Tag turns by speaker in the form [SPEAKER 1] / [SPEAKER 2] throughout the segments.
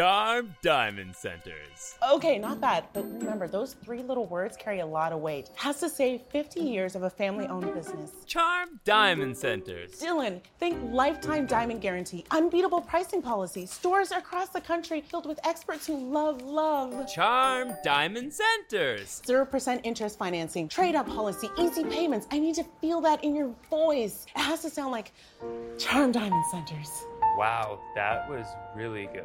[SPEAKER 1] Charmed Diamond Centers.
[SPEAKER 2] Okay, not bad. But remember, those three little words carry a lot of weight. Has to save 50 years of a family owned business.
[SPEAKER 1] Charmed Diamond Centers.
[SPEAKER 2] Dylan, think lifetime diamond guarantee, unbeatable pricing policy, stores across the country filled with experts who love love.
[SPEAKER 1] Charmed Diamond Centers.
[SPEAKER 2] 0% interest financing, trade up policy, easy payments. I need to feel that in your voice. It has to sound like Charmed Diamond Centers.
[SPEAKER 1] Wow, that was really good.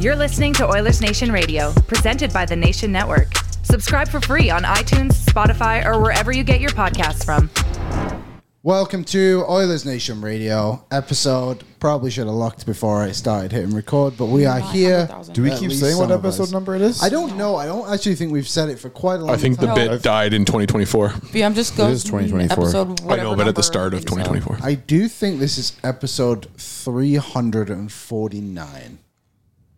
[SPEAKER 3] You're listening to Oilers Nation Radio, presented by the Nation Network. Subscribe for free on iTunes, Spotify, or wherever you get your podcasts from.
[SPEAKER 4] Welcome to Oilers Nation Radio episode. Probably should have locked before I started hitting record, but we are here.
[SPEAKER 5] Do we
[SPEAKER 4] At
[SPEAKER 5] keep
[SPEAKER 4] least
[SPEAKER 5] saying what
[SPEAKER 4] some of
[SPEAKER 5] episode
[SPEAKER 4] us.
[SPEAKER 5] number it is?
[SPEAKER 4] I don't know. I don't actually think we've said it for quite a long time.
[SPEAKER 6] I think the bit died in 2024.
[SPEAKER 7] Yeah, I'm just going.
[SPEAKER 5] is 2024.
[SPEAKER 7] Episode
[SPEAKER 6] I
[SPEAKER 7] whatever
[SPEAKER 6] know, but at
[SPEAKER 7] number
[SPEAKER 6] the start of
[SPEAKER 7] it is. uh,
[SPEAKER 6] 2024.
[SPEAKER 4] I do think this is episode 349.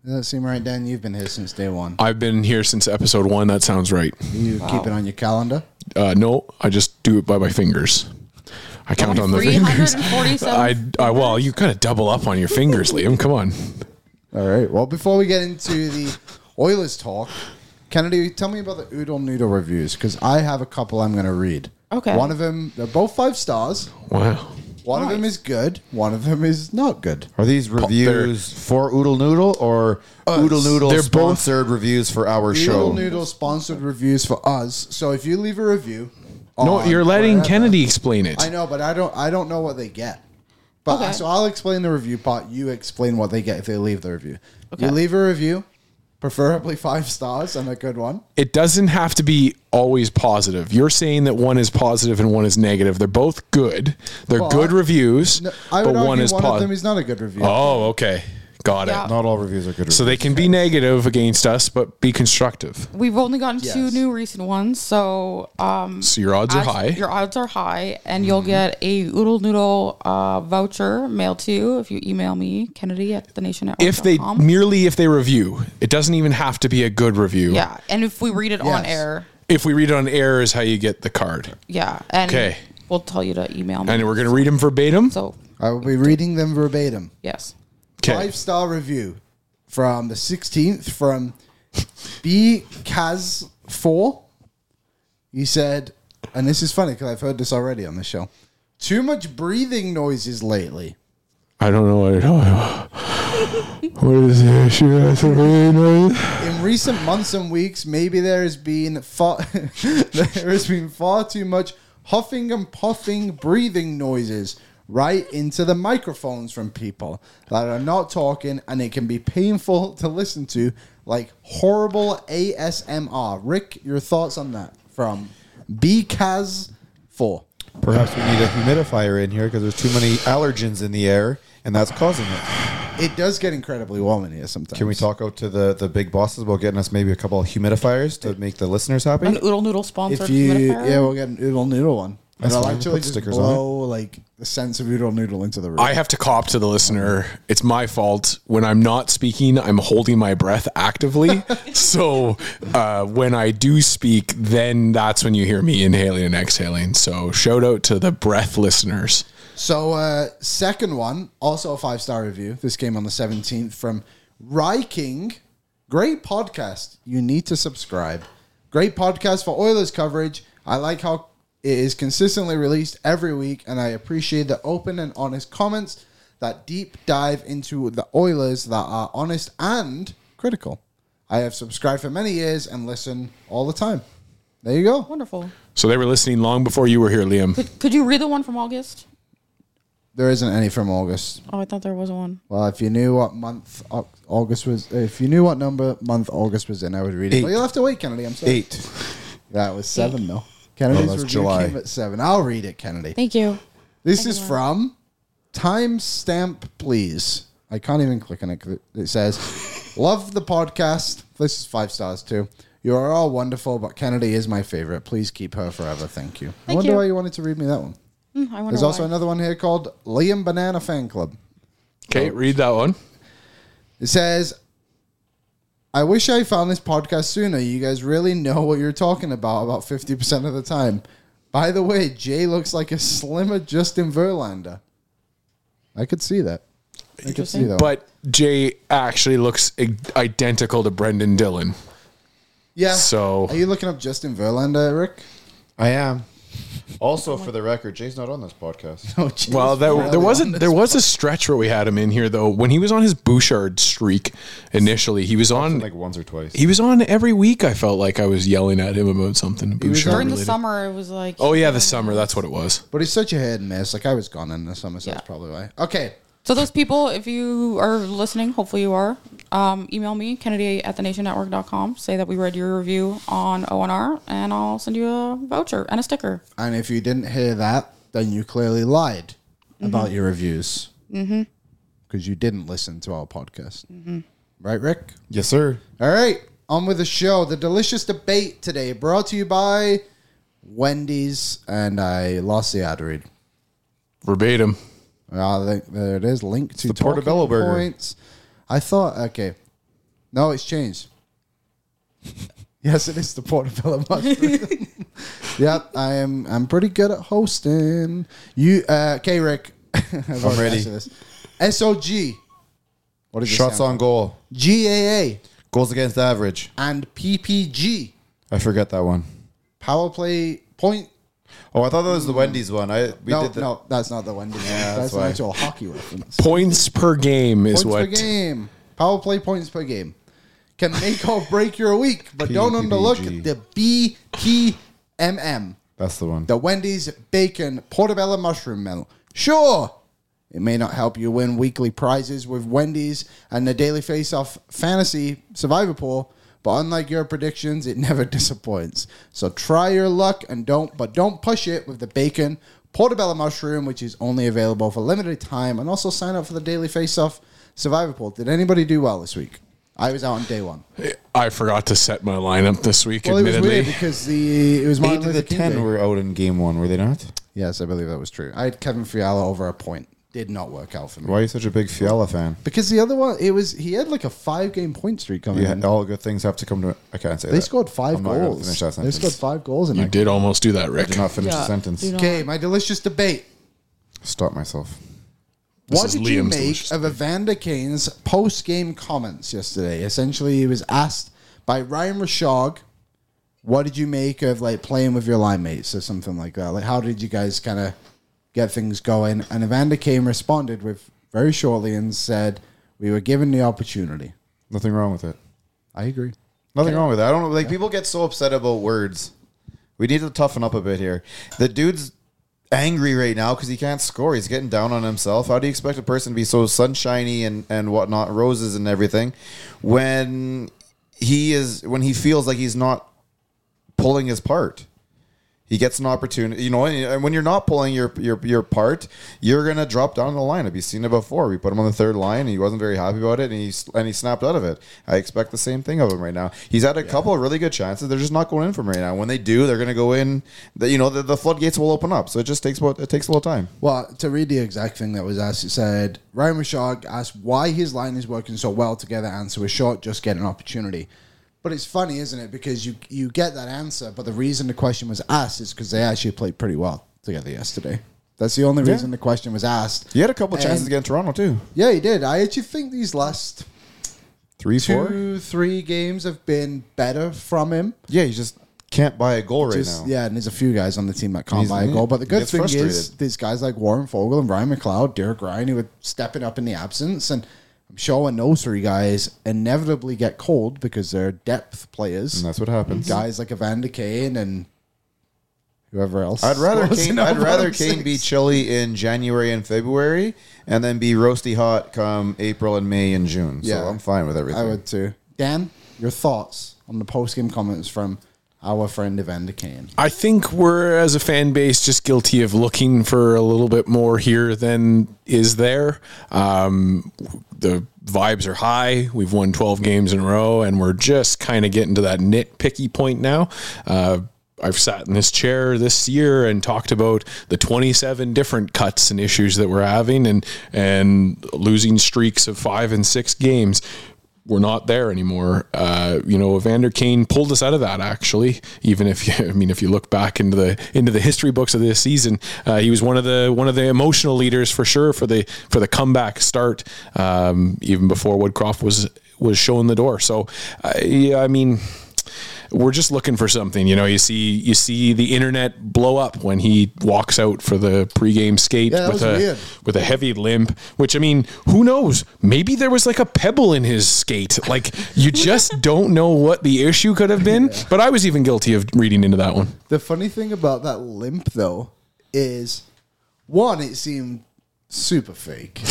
[SPEAKER 4] Does that seem right, Dan? You've been here since day one.
[SPEAKER 6] I've been here since episode one. That sounds right.
[SPEAKER 4] You keep it on your calendar.
[SPEAKER 6] Uh, no, I just do it by my fingers. I count on the fingers.
[SPEAKER 7] 347.
[SPEAKER 6] I, I well, you gotta double up on your fingers, Liam. Come on.
[SPEAKER 4] All right. Well, before we get into the Oilers talk, Kennedy, tell me about the Oodle Noodle reviews because I have a couple I'm going to read.
[SPEAKER 7] Okay.
[SPEAKER 4] One of them, they're both five stars.
[SPEAKER 6] Wow.
[SPEAKER 4] One of them is good. One of them is not good.
[SPEAKER 5] Are these reviews for Oodle Noodle or Oodle Noodle
[SPEAKER 6] they're both-
[SPEAKER 5] sponsored reviews for our
[SPEAKER 4] Oodle
[SPEAKER 5] show?
[SPEAKER 4] Noodle sponsored reviews for us. So if you leave a review,
[SPEAKER 6] No,
[SPEAKER 4] on
[SPEAKER 6] you're letting
[SPEAKER 4] wherever-
[SPEAKER 6] Kennedy explain it.
[SPEAKER 4] I know, but I don't. I don't know what they get. But
[SPEAKER 7] Okay.
[SPEAKER 4] so I'll explain the review part. You explain what they get if they leave the review. You leave a review, preferably five stars and a good one.
[SPEAKER 6] It doesn't have to be always positive. You're saying that one is positive and one is negative. They're both good. They're
[SPEAKER 4] Well,
[SPEAKER 6] good reviews,
[SPEAKER 4] No, I
[SPEAKER 6] but
[SPEAKER 4] would argue
[SPEAKER 6] one
[SPEAKER 4] one,
[SPEAKER 6] is
[SPEAKER 4] of them
[SPEAKER 6] positive.
[SPEAKER 4] is not a good review.
[SPEAKER 6] Oh, okay. Got it.
[SPEAKER 7] Yeah.
[SPEAKER 5] Not all reviews are good.
[SPEAKER 6] So they can be negative against us, but be constructive.
[SPEAKER 7] We've only gotten two
[SPEAKER 4] Yes.
[SPEAKER 7] new recent ones, so um,
[SPEAKER 6] So your odds are
[SPEAKER 7] odds-
[SPEAKER 6] high. Mm-hmm.
[SPEAKER 7] Your odds are high, and you'll get a oodle noodle uh, voucher mailed to you if you email me Kennedy at the Nation
[SPEAKER 6] if they
[SPEAKER 7] Um,
[SPEAKER 6] merely if they review, it doesn't even have to be a good review.
[SPEAKER 7] yeah, and if we read it on
[SPEAKER 4] Yes.
[SPEAKER 7] air,
[SPEAKER 6] If we read it on air, is how you get the card,
[SPEAKER 7] yeah, and
[SPEAKER 6] Okay.
[SPEAKER 7] we'll tell you to email me.
[SPEAKER 6] and we're gonna read them verbatim.
[SPEAKER 7] so
[SPEAKER 4] I will be reading them verbatim.
[SPEAKER 7] yes,
[SPEAKER 6] Okay.
[SPEAKER 4] Five star review from the sixteenth from B Kaz Four. He said, and this is funny because I've heard this already on the show. Too much breathing noises lately.
[SPEAKER 6] I don't know what. It, what is the issue? That's a really nice-
[SPEAKER 4] In recent months and weeks, maybe there has been far there has been far too much huffing and puffing breathing noises right into the microphones from people that are not talking and it can be painful to listen to like horrible ASMR. Rick, your thoughts on that from BKaz4.
[SPEAKER 5] Perhaps we need a humidifier in here because there's too many allergens in the air, and that's causing it.
[SPEAKER 4] It does get incredibly warm in here sometimes.
[SPEAKER 5] Can we talk out to the, the big bosses about getting us maybe a couple of humidifiers to make the listeners happy?
[SPEAKER 7] an oodle noodle sponsored.
[SPEAKER 4] If you,
[SPEAKER 7] humidifier.
[SPEAKER 4] yeah, we'll get an oodle noodle one. And
[SPEAKER 5] That's
[SPEAKER 4] I'll
[SPEAKER 5] fine. Put
[SPEAKER 4] actually just
[SPEAKER 5] stickers on it.
[SPEAKER 4] blow like the sense of oodle noodle into the room.
[SPEAKER 6] I have to cop to the listener. It's my fault. When I'm not speaking, I'm holding my breath actively. so uh, when I do speak, then that's when you hear me inhaling and exhaling. So shout out to the breath listeners.
[SPEAKER 4] So, uh, second one, also a five star review. This came on the 17th from Ryking. Great podcast. You need to subscribe. Great podcast for Oilers coverage. I like how It is consistently released every week, and I appreciate the open and honest comments that deep dive into the Oilers that are honest and critical. I have subscribed for many years and listen all the time. There you go.
[SPEAKER 7] Wonderful.
[SPEAKER 6] So they were listening long before you were here, Liam.
[SPEAKER 7] Could you read the one from August?
[SPEAKER 4] There isn't any from August.
[SPEAKER 7] Oh, I thought there was one.
[SPEAKER 4] Well, if you knew what month Au- August was, if you knew what number month August was in, I would read it.
[SPEAKER 5] Eight.
[SPEAKER 4] But you'll have to wait, Kennedy. I'm sorry.
[SPEAKER 5] Eight.
[SPEAKER 4] That was seven, though. Kennedy's
[SPEAKER 5] that's
[SPEAKER 4] review
[SPEAKER 5] July.
[SPEAKER 4] came at seven. I'll read it, Kennedy.
[SPEAKER 7] Thank you.
[SPEAKER 4] This is from timestamp, please. I can't even click on it. 'cause it- It says, "Love the podcast. This is five stars too. You are all wonderful, but Kennedy is my favorite. Please keep her forever. Thank you. I
[SPEAKER 7] Thank
[SPEAKER 4] wonder
[SPEAKER 7] you.
[SPEAKER 4] why you wanted to read me that one.
[SPEAKER 7] Mm, I wonder
[SPEAKER 4] There's also
[SPEAKER 7] why.
[SPEAKER 4] another one here called Liam Banana Fan Club.
[SPEAKER 6] Okay, read that one.
[SPEAKER 4] It says, I wish I found this podcast sooner. You guys really know what you're talking about about 50% of the time. By the way, Jay looks like a slimmer Justin Verlander. I could see that. I could see that.
[SPEAKER 6] But Jay actually looks i- identical to Brendan Dillon.
[SPEAKER 4] yeah.
[SPEAKER 6] So-
[SPEAKER 4] are you looking up Justin Verlander, Rick?
[SPEAKER 5] I am. Also, for the record, Jay's not on this podcast.
[SPEAKER 4] Oh, geez.
[SPEAKER 6] Well, there, there wasn't there was a stretch where we had him in here though. When he was on his Bouchard streak initially, he was on
[SPEAKER 5] like once or twice.
[SPEAKER 6] he was on every week. I felt like I was yelling at him about something Bouchard
[SPEAKER 7] During the
[SPEAKER 6] related.
[SPEAKER 7] summer, it was like.
[SPEAKER 6] Oh yeah, the summer. That's what it was.
[SPEAKER 4] But it's such a hit and miss. Like I was gone in the summer, so
[SPEAKER 7] Yeah.
[SPEAKER 4] that's probably why. Okay.
[SPEAKER 7] So those people, if you are listening, hopefully you are, um, email me, Kennedy at thenationnetwork.com. Say that we read your review on ONR, and I'll send you a voucher and a sticker.
[SPEAKER 4] And if you didn't hear that, then you clearly lied about your reviews. Mm-hmm. Because you didn't listen to our podcast. Mm-hmm. Right, Rick?
[SPEAKER 5] Yes, sir.
[SPEAKER 4] All right, on with the show. The delicious debate today, brought to you by Wendy's, and I lost the ad read.
[SPEAKER 6] Verbatim.
[SPEAKER 4] Ah, there- there it is. Link to
[SPEAKER 5] the portobello
[SPEAKER 4] talking
[SPEAKER 5] burger.
[SPEAKER 4] points. I thought okay, no, it's changed. yes, it is the portobello mushroom. yep, I am. I'm pretty good at hosting. You, uh, okay, Rick? I've already
[SPEAKER 5] ready.
[SPEAKER 4] asked you This. SOG. What is it
[SPEAKER 5] Shots
[SPEAKER 4] stand
[SPEAKER 5] on goal.
[SPEAKER 4] for? GAA
[SPEAKER 5] Goals against average.
[SPEAKER 4] and PPG.
[SPEAKER 5] I forgot that one.
[SPEAKER 4] power play point.
[SPEAKER 5] Oh, I thought that was the Wendy's one. I we
[SPEAKER 4] No,
[SPEAKER 5] did the,
[SPEAKER 4] no, that's not the Wendy's. that's
[SPEAKER 5] that's
[SPEAKER 4] an
[SPEAKER 5] why.
[SPEAKER 4] actual hockey reference.
[SPEAKER 6] Points per game is
[SPEAKER 4] points per
[SPEAKER 6] what.
[SPEAKER 4] game. Power play points per game can make or break your week, but don't underlook
[SPEAKER 5] PPG.
[SPEAKER 4] the BPMM,
[SPEAKER 5] That's the one.
[SPEAKER 4] the Wendy's Bacon Portobello Mushroom Medal. Sure, it may not help you win weekly prizes with Wendy's and the Daily Face Off Fantasy Survivor Pool. But unlike your predictions, it never disappoints. So try your luck and don't, but don't push it with the bacon portobello mushroom, which is only available for limited time. And also sign up for the Daily Face Off Survivor Pool. Did anybody do well this week? I was out on day one.
[SPEAKER 6] I forgot to set my lineup this week.
[SPEAKER 4] Well, it was
[SPEAKER 6] admittedly,
[SPEAKER 4] weird because the it was Martin
[SPEAKER 5] Eight of
[SPEAKER 4] Luther
[SPEAKER 5] the
[SPEAKER 4] King
[SPEAKER 5] ten
[SPEAKER 4] Day.
[SPEAKER 5] were out in game one, were they not?
[SPEAKER 4] Yes, I believe that was true. I had Kevin Fiala over a point. Did not work out for me.
[SPEAKER 5] Why are you such a big Fiala fan?
[SPEAKER 4] Because the other one, it was he had like a five game point streak coming
[SPEAKER 5] Yeah,
[SPEAKER 4] in.
[SPEAKER 5] all good things have to come to. I can't say
[SPEAKER 4] They
[SPEAKER 5] that.
[SPEAKER 4] scored 5
[SPEAKER 5] I'm not gonna
[SPEAKER 4] goals.
[SPEAKER 5] finish that
[SPEAKER 4] They
[SPEAKER 5] sentence.
[SPEAKER 4] scored five goals in
[SPEAKER 6] you
[SPEAKER 4] that.
[SPEAKER 6] did almost do that, Rick.
[SPEAKER 5] Did not finish the sentence.
[SPEAKER 7] do not-
[SPEAKER 4] Okay, my delicious debate.
[SPEAKER 5] Stop myself.
[SPEAKER 4] What
[SPEAKER 6] is
[SPEAKER 4] did you
[SPEAKER 6] Liam's
[SPEAKER 4] make
[SPEAKER 6] delicious
[SPEAKER 4] of Evander Kane's post game comments yesterday? Essentially, he was asked by Ryan Rashog, "What did you make of like playing with your line mates or something like that? Like, how did you guys kind of get things going?" And Evander Kane responded with very shortly and said, "We were given the opportunity."
[SPEAKER 5] Nothing wrong with it.
[SPEAKER 4] I agree.
[SPEAKER 5] Nothing wrong with that. I don't know. Like people get so upset about words. We need to toughen up a bit here. The dude's angry right now because he can't score. He's getting down on himself. How do you expect a person to be so sunshiny and and whatnot, roses and everything, when he is when he feels like he's not pulling his part? He gets an opportunity, you know. And and when you're not pulling your your, your part, you're gonna drop down the line. We've seen it before. We put him on the third line. He wasn't very happy about it, and he and he snapped out of it. I expect the same thing of him right now. He's had a couple of really good chances. They're just not going in from right now. When they do, they're gonna go in. The, you know, the, the floodgates will open up. So it just takes what it takes a little time.
[SPEAKER 4] Well, to read the exact thing that was asked, it said Ryan Rashog asked why his line is working so well together, and so a short just get an opportunity. But it's funny, isn't it? Because you you get that answer, but the reason the question was asked is because they actually played pretty well together yesterday. That's the only reason the question was asked.
[SPEAKER 5] He had a couple of chances
[SPEAKER 4] And-
[SPEAKER 5] against Toronto too.
[SPEAKER 4] Yeah, he did. I actually think these last
[SPEAKER 5] Three, four.
[SPEAKER 4] two, three games have been better from him.
[SPEAKER 5] Yeah, he's just can't buy a goal right
[SPEAKER 4] Just,
[SPEAKER 5] now.
[SPEAKER 4] yeah, and there's a few guys on the team that can't
[SPEAKER 5] He's-
[SPEAKER 4] buy a goal. But the
[SPEAKER 5] he
[SPEAKER 4] good
[SPEAKER 5] gets
[SPEAKER 4] thing is,
[SPEAKER 5] frustrated.
[SPEAKER 4] these guys like Warren Fogle and Ryan McLeod, Derek Ryan, who are stepping up in the absence, and I'm sure when those three guys inevitably get cold because they're depth players.
[SPEAKER 5] And that's what happens.
[SPEAKER 4] guys like Evander Kane and whoever else.
[SPEAKER 5] I'd rather
[SPEAKER 4] was in
[SPEAKER 5] Kane, I'd
[SPEAKER 4] our
[SPEAKER 5] rather
[SPEAKER 4] bottom
[SPEAKER 5] Kane
[SPEAKER 4] six.
[SPEAKER 5] be chilly in January and February, and then be roasty hot come April and May and June.
[SPEAKER 4] Yeah.
[SPEAKER 5] So I'm fine with everything.
[SPEAKER 4] I would too. Dan, your thoughts on the post game comments from our friend Evander Kane?
[SPEAKER 6] I think we're as a fan base just guilty of looking for a little bit more here than is there. Um, the vibes are high. We've won 12 games in a row, and we're just kind of getting to that nitpicky point now. Uh, I've sat in this chair this year and talked about the 27 different cuts and issues that we're having, and and losing streaks of five and six games we're not there anymore. Uh, you know, Evander Kane pulled us out of that actually. Even if you, I mean, if you look back into the into the history books of this season, uh, he was one of the one of the emotional leaders for sure for the for the comeback start. Um, even before Woodcroft was was shown the door. So, uh, yeah, I mean we're just looking for something. You know, you see you see the internet blow up when he walks out for the pregame skate
[SPEAKER 4] Yeah, that
[SPEAKER 6] with
[SPEAKER 4] was
[SPEAKER 6] a
[SPEAKER 4] weird.
[SPEAKER 6] with a heavy limp. Which I mean, who knows? Maybe there was like a pebble in his skate. Like you just don't know what the issue could have been. But I was even guilty of reading into that one.
[SPEAKER 4] The funny thing about that limp, though, is one, it seemed super fake.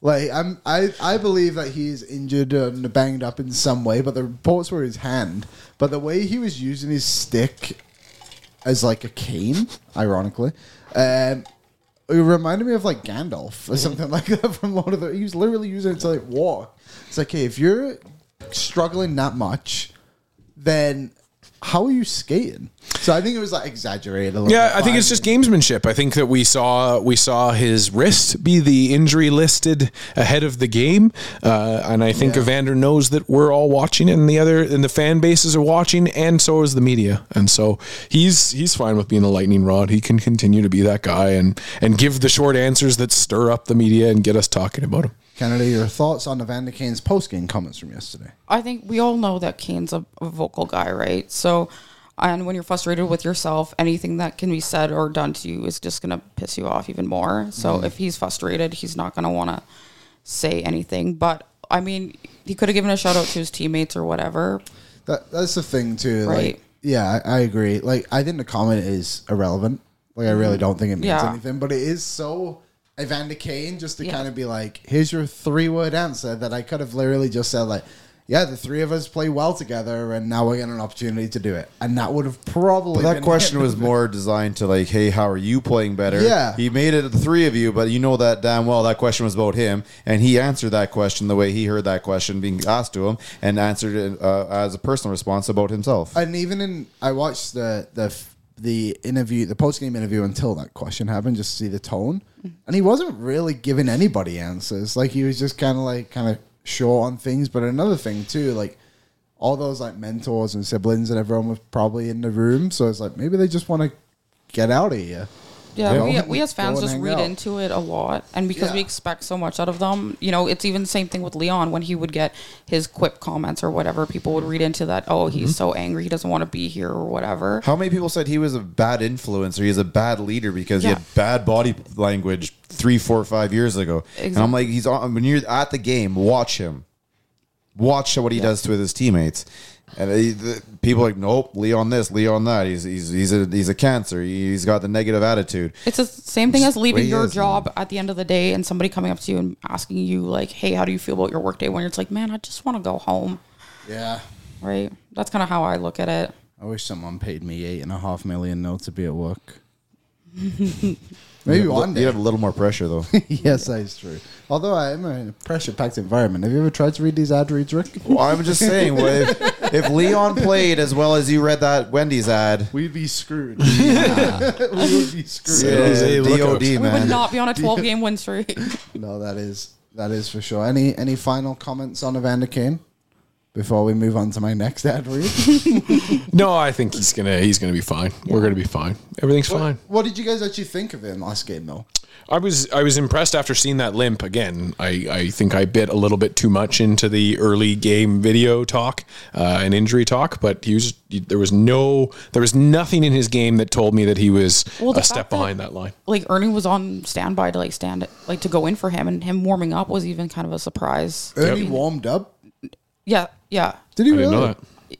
[SPEAKER 4] like I'm, I, I believe that he is injured and banged up in some way, but the reports were his hand. But the way he was using his stick as like a cane, ironically, um, it reminded me of like Gandalf or something like that from Lord of the. He was literally using it to like walk. It's like, hey, if you're struggling that much, then how are you skating? So I think it was like exaggerated a little.
[SPEAKER 6] Yeah,
[SPEAKER 4] bit
[SPEAKER 6] I think
[SPEAKER 4] by
[SPEAKER 6] it's just
[SPEAKER 4] me.
[SPEAKER 6] gamesmanship. I think that we saw we saw his wrist be the injury listed ahead of the game, uh, and I think Evander knows that we're all watching, and the other and the fan bases are watching, and so is the media, and so he's he's fine with being a lightning rod. He can continue to be that guy and and give the short answers that stir up the media and get us talking about him.
[SPEAKER 4] Kennedy, your thoughts on Evander Kane's post game comments from yesterday?
[SPEAKER 7] I think we all know that Kane's a, a vocal guy, right? So, and when you're frustrated with yourself, anything that can be said or done to you is just going to piss you off even more. So,
[SPEAKER 4] Mm-hmm.
[SPEAKER 7] if he's frustrated, he's not going to want to say anything. But, I mean, he could have given a shout out to his teammates or whatever.
[SPEAKER 4] That that's the thing too. Like,
[SPEAKER 7] Right.
[SPEAKER 4] yeah, I, I agree. Like, I think the comment is irrelevant. Like, I really don't think it means
[SPEAKER 7] Mm-hmm. Yeah.
[SPEAKER 4] anything. But it is so Evander Kane just to kind of be like, "Here's your three word answer that I could have literally just said like." Yeah, the three of us play well together, and now we're getting an opportunity to do it, and that would have probably
[SPEAKER 5] But that
[SPEAKER 4] been
[SPEAKER 5] question
[SPEAKER 4] it.
[SPEAKER 5] was more designed to like, hey, how are you playing better?
[SPEAKER 4] Yeah.
[SPEAKER 5] He made it the three of you, but you know that damn well that question was about him, and he answered that question the way he heard that question being asked to him, and answered it uh, as a personal response about himself.
[SPEAKER 4] and even in I watched the the f- the interview, the post game interview until that question happened, just to see the tone. And he wasn't really giving anybody answers. Like he was just kind of like kind of short on things. But another thing too, like all those like mentors and siblings and everyone was probably in the room. So it's like maybe they just want to get out of here.
[SPEAKER 7] Yeah,
[SPEAKER 4] Yeah.
[SPEAKER 7] We, we as fans
[SPEAKER 4] Go and
[SPEAKER 7] just
[SPEAKER 4] hang
[SPEAKER 7] read
[SPEAKER 4] out.
[SPEAKER 7] into it a lot, and because we
[SPEAKER 4] Yeah.
[SPEAKER 7] expect so much out of them, you know, it's even the same thing with Leon when he would get his quip comments or whatever. People would read into that. Oh,
[SPEAKER 4] Mm-hmm.
[SPEAKER 7] he's so angry, he doesn't want to be here or whatever.
[SPEAKER 5] How many people said he was a bad influencer? He's a bad leader because he
[SPEAKER 7] Yeah.
[SPEAKER 5] had bad body language three, four, five years ago. And I'm like, he's on, when you're at the game, watch him, watch what he does to his teammates. And he, the, people are like, nope, Leon this, Leon that. He's he's he's a he's a cancer. He's got the negative attitude.
[SPEAKER 7] It's the same thing as
[SPEAKER 5] way
[SPEAKER 7] leaving
[SPEAKER 5] he
[SPEAKER 7] your
[SPEAKER 5] is,
[SPEAKER 7] job at the end of the day and somebody coming up to you and asking you like, "Hey, how do you feel about your workday?" When it's like, "Man, I just want to go home."
[SPEAKER 4] Yeah.
[SPEAKER 7] Right? That's kind of how I look at it.
[SPEAKER 4] I wish someone paid me eight and a half million though to be at work. Maybe one day.
[SPEAKER 5] You have a little more pressure though.
[SPEAKER 4] Yes, that is true. Although I am in a pressure packed environment. Have you ever tried to read these ad reads, Rick?
[SPEAKER 5] well, I'm just saying, well, if, if Leon played as well as you read that Wendy's ad,
[SPEAKER 4] We'd be screwed. we would be screwed.
[SPEAKER 6] Yeah. Jose, look
[SPEAKER 5] DOD
[SPEAKER 6] out.
[SPEAKER 5] man.
[SPEAKER 7] We would not be on a 12 game win streak.
[SPEAKER 4] No, that is that is for sure. Any any final comments on Evander Kane before we move on to my next ad read?
[SPEAKER 6] No, I think he's gonna he's gonna be fine. We're gonna be fine. Everything's fine.
[SPEAKER 4] what did you guys actually think of him last game, though?
[SPEAKER 6] I was I was impressed after seeing that limp again. I, I think I bit a little bit too much into the early game video talk uh, and injury talk, but he was there was no there was nothing in his game that told me that he was
[SPEAKER 7] Well, the
[SPEAKER 6] a step
[SPEAKER 7] fact that-
[SPEAKER 6] behind that line.
[SPEAKER 7] like Ernie was on standby to like stand it, like to go in for him, and him warming up was even kind of a surprise.
[SPEAKER 4] Ernie warmed up.
[SPEAKER 7] Yeah, yeah.
[SPEAKER 4] Did he
[SPEAKER 6] I
[SPEAKER 4] really?
[SPEAKER 6] didn't know that.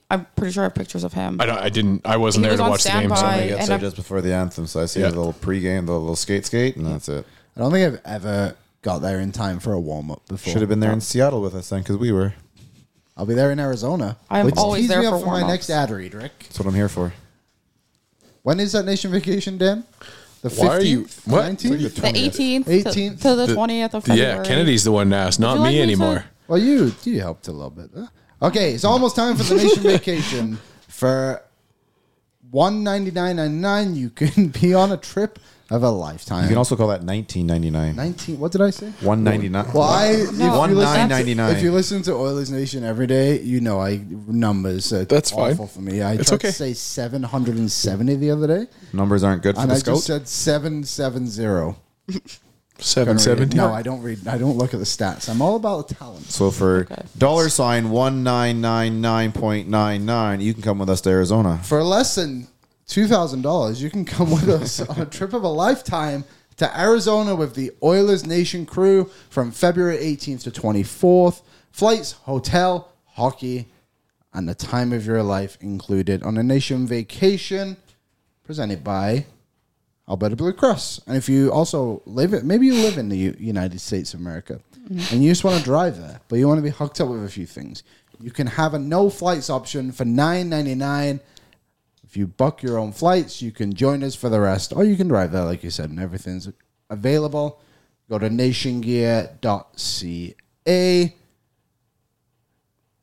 [SPEAKER 7] I'm pretty sure I have pictures of him.
[SPEAKER 6] I, don't, I didn't. I wasn't
[SPEAKER 7] He
[SPEAKER 6] there
[SPEAKER 7] was
[SPEAKER 6] to
[SPEAKER 7] on
[SPEAKER 6] watch the game. So
[SPEAKER 7] standby.
[SPEAKER 6] I
[SPEAKER 7] And
[SPEAKER 6] guess
[SPEAKER 5] So
[SPEAKER 7] I'm-
[SPEAKER 5] just before the anthem, so I see
[SPEAKER 6] Yeah.
[SPEAKER 5] the little pregame, the little skate skate, and that's it.
[SPEAKER 4] I don't think I've ever got there in time for a warm up before.
[SPEAKER 5] Should have been there in Seattle with us then, because we were.
[SPEAKER 4] I'll be there in Arizona.
[SPEAKER 7] I am
[SPEAKER 4] Which
[SPEAKER 7] always
[SPEAKER 4] tees
[SPEAKER 7] there
[SPEAKER 4] me up
[SPEAKER 7] for
[SPEAKER 4] my
[SPEAKER 7] warm-ups.
[SPEAKER 4] next ad read, Rick.
[SPEAKER 5] That's what I'm here for.
[SPEAKER 4] When is that nation vacation, Dan? The
[SPEAKER 6] Why are you-
[SPEAKER 4] fifteenth,
[SPEAKER 6] what?
[SPEAKER 4] nineteenth.
[SPEAKER 7] the 18th, to-
[SPEAKER 4] 18th.
[SPEAKER 7] to, the 20th of February.
[SPEAKER 6] yeah, Kennedy's the one to ask, not
[SPEAKER 7] you
[SPEAKER 6] me
[SPEAKER 7] like me to-
[SPEAKER 6] anymore.
[SPEAKER 4] Well, you you helped a little bit. huh? Okay, it's almost time for the nation vacation. For one ninety nine ninety nine, you can be on a trip of a lifetime.
[SPEAKER 5] You can also call that 1999.
[SPEAKER 4] nineteen. What did I say?
[SPEAKER 5] 199.
[SPEAKER 4] Well, I if you
[SPEAKER 7] No,
[SPEAKER 4] listen-
[SPEAKER 5] $1,999.
[SPEAKER 4] If you listen to Oilers Nation every day, you know I numbers. Are
[SPEAKER 6] That's fine.
[SPEAKER 4] awful for me. I
[SPEAKER 6] It's
[SPEAKER 4] tried
[SPEAKER 6] okay.
[SPEAKER 4] to say seven hundred and seventy the other day,
[SPEAKER 5] Numbers aren't good for
[SPEAKER 4] and
[SPEAKER 5] the
[SPEAKER 4] I
[SPEAKER 5] scout.
[SPEAKER 4] just said seven seven zero.
[SPEAKER 6] Seven seventy.
[SPEAKER 4] No, I don't read. I don't look at the stats. I'm all about the talents.
[SPEAKER 5] so for dollar sign 1999.99, you can come with us to Arizona.
[SPEAKER 4] For less than two thousand dollars, you can come with us on a trip of a lifetime to Arizona with the Oilers Nation crew from February 18th to 24th. Flights, hotel, hockey, and the time of your life included on a nation vacation presented by Alberta Blue Cross. And if you also live, maybe you live in the U- United States of America and you just want to drive there, but you want to be hooked up with a few things, you can have a no flights option for nine ninety nine. If you book your own flights, you can join us for the rest, or you can drive there, like you said, and everything's available. Go to nationgear.ca.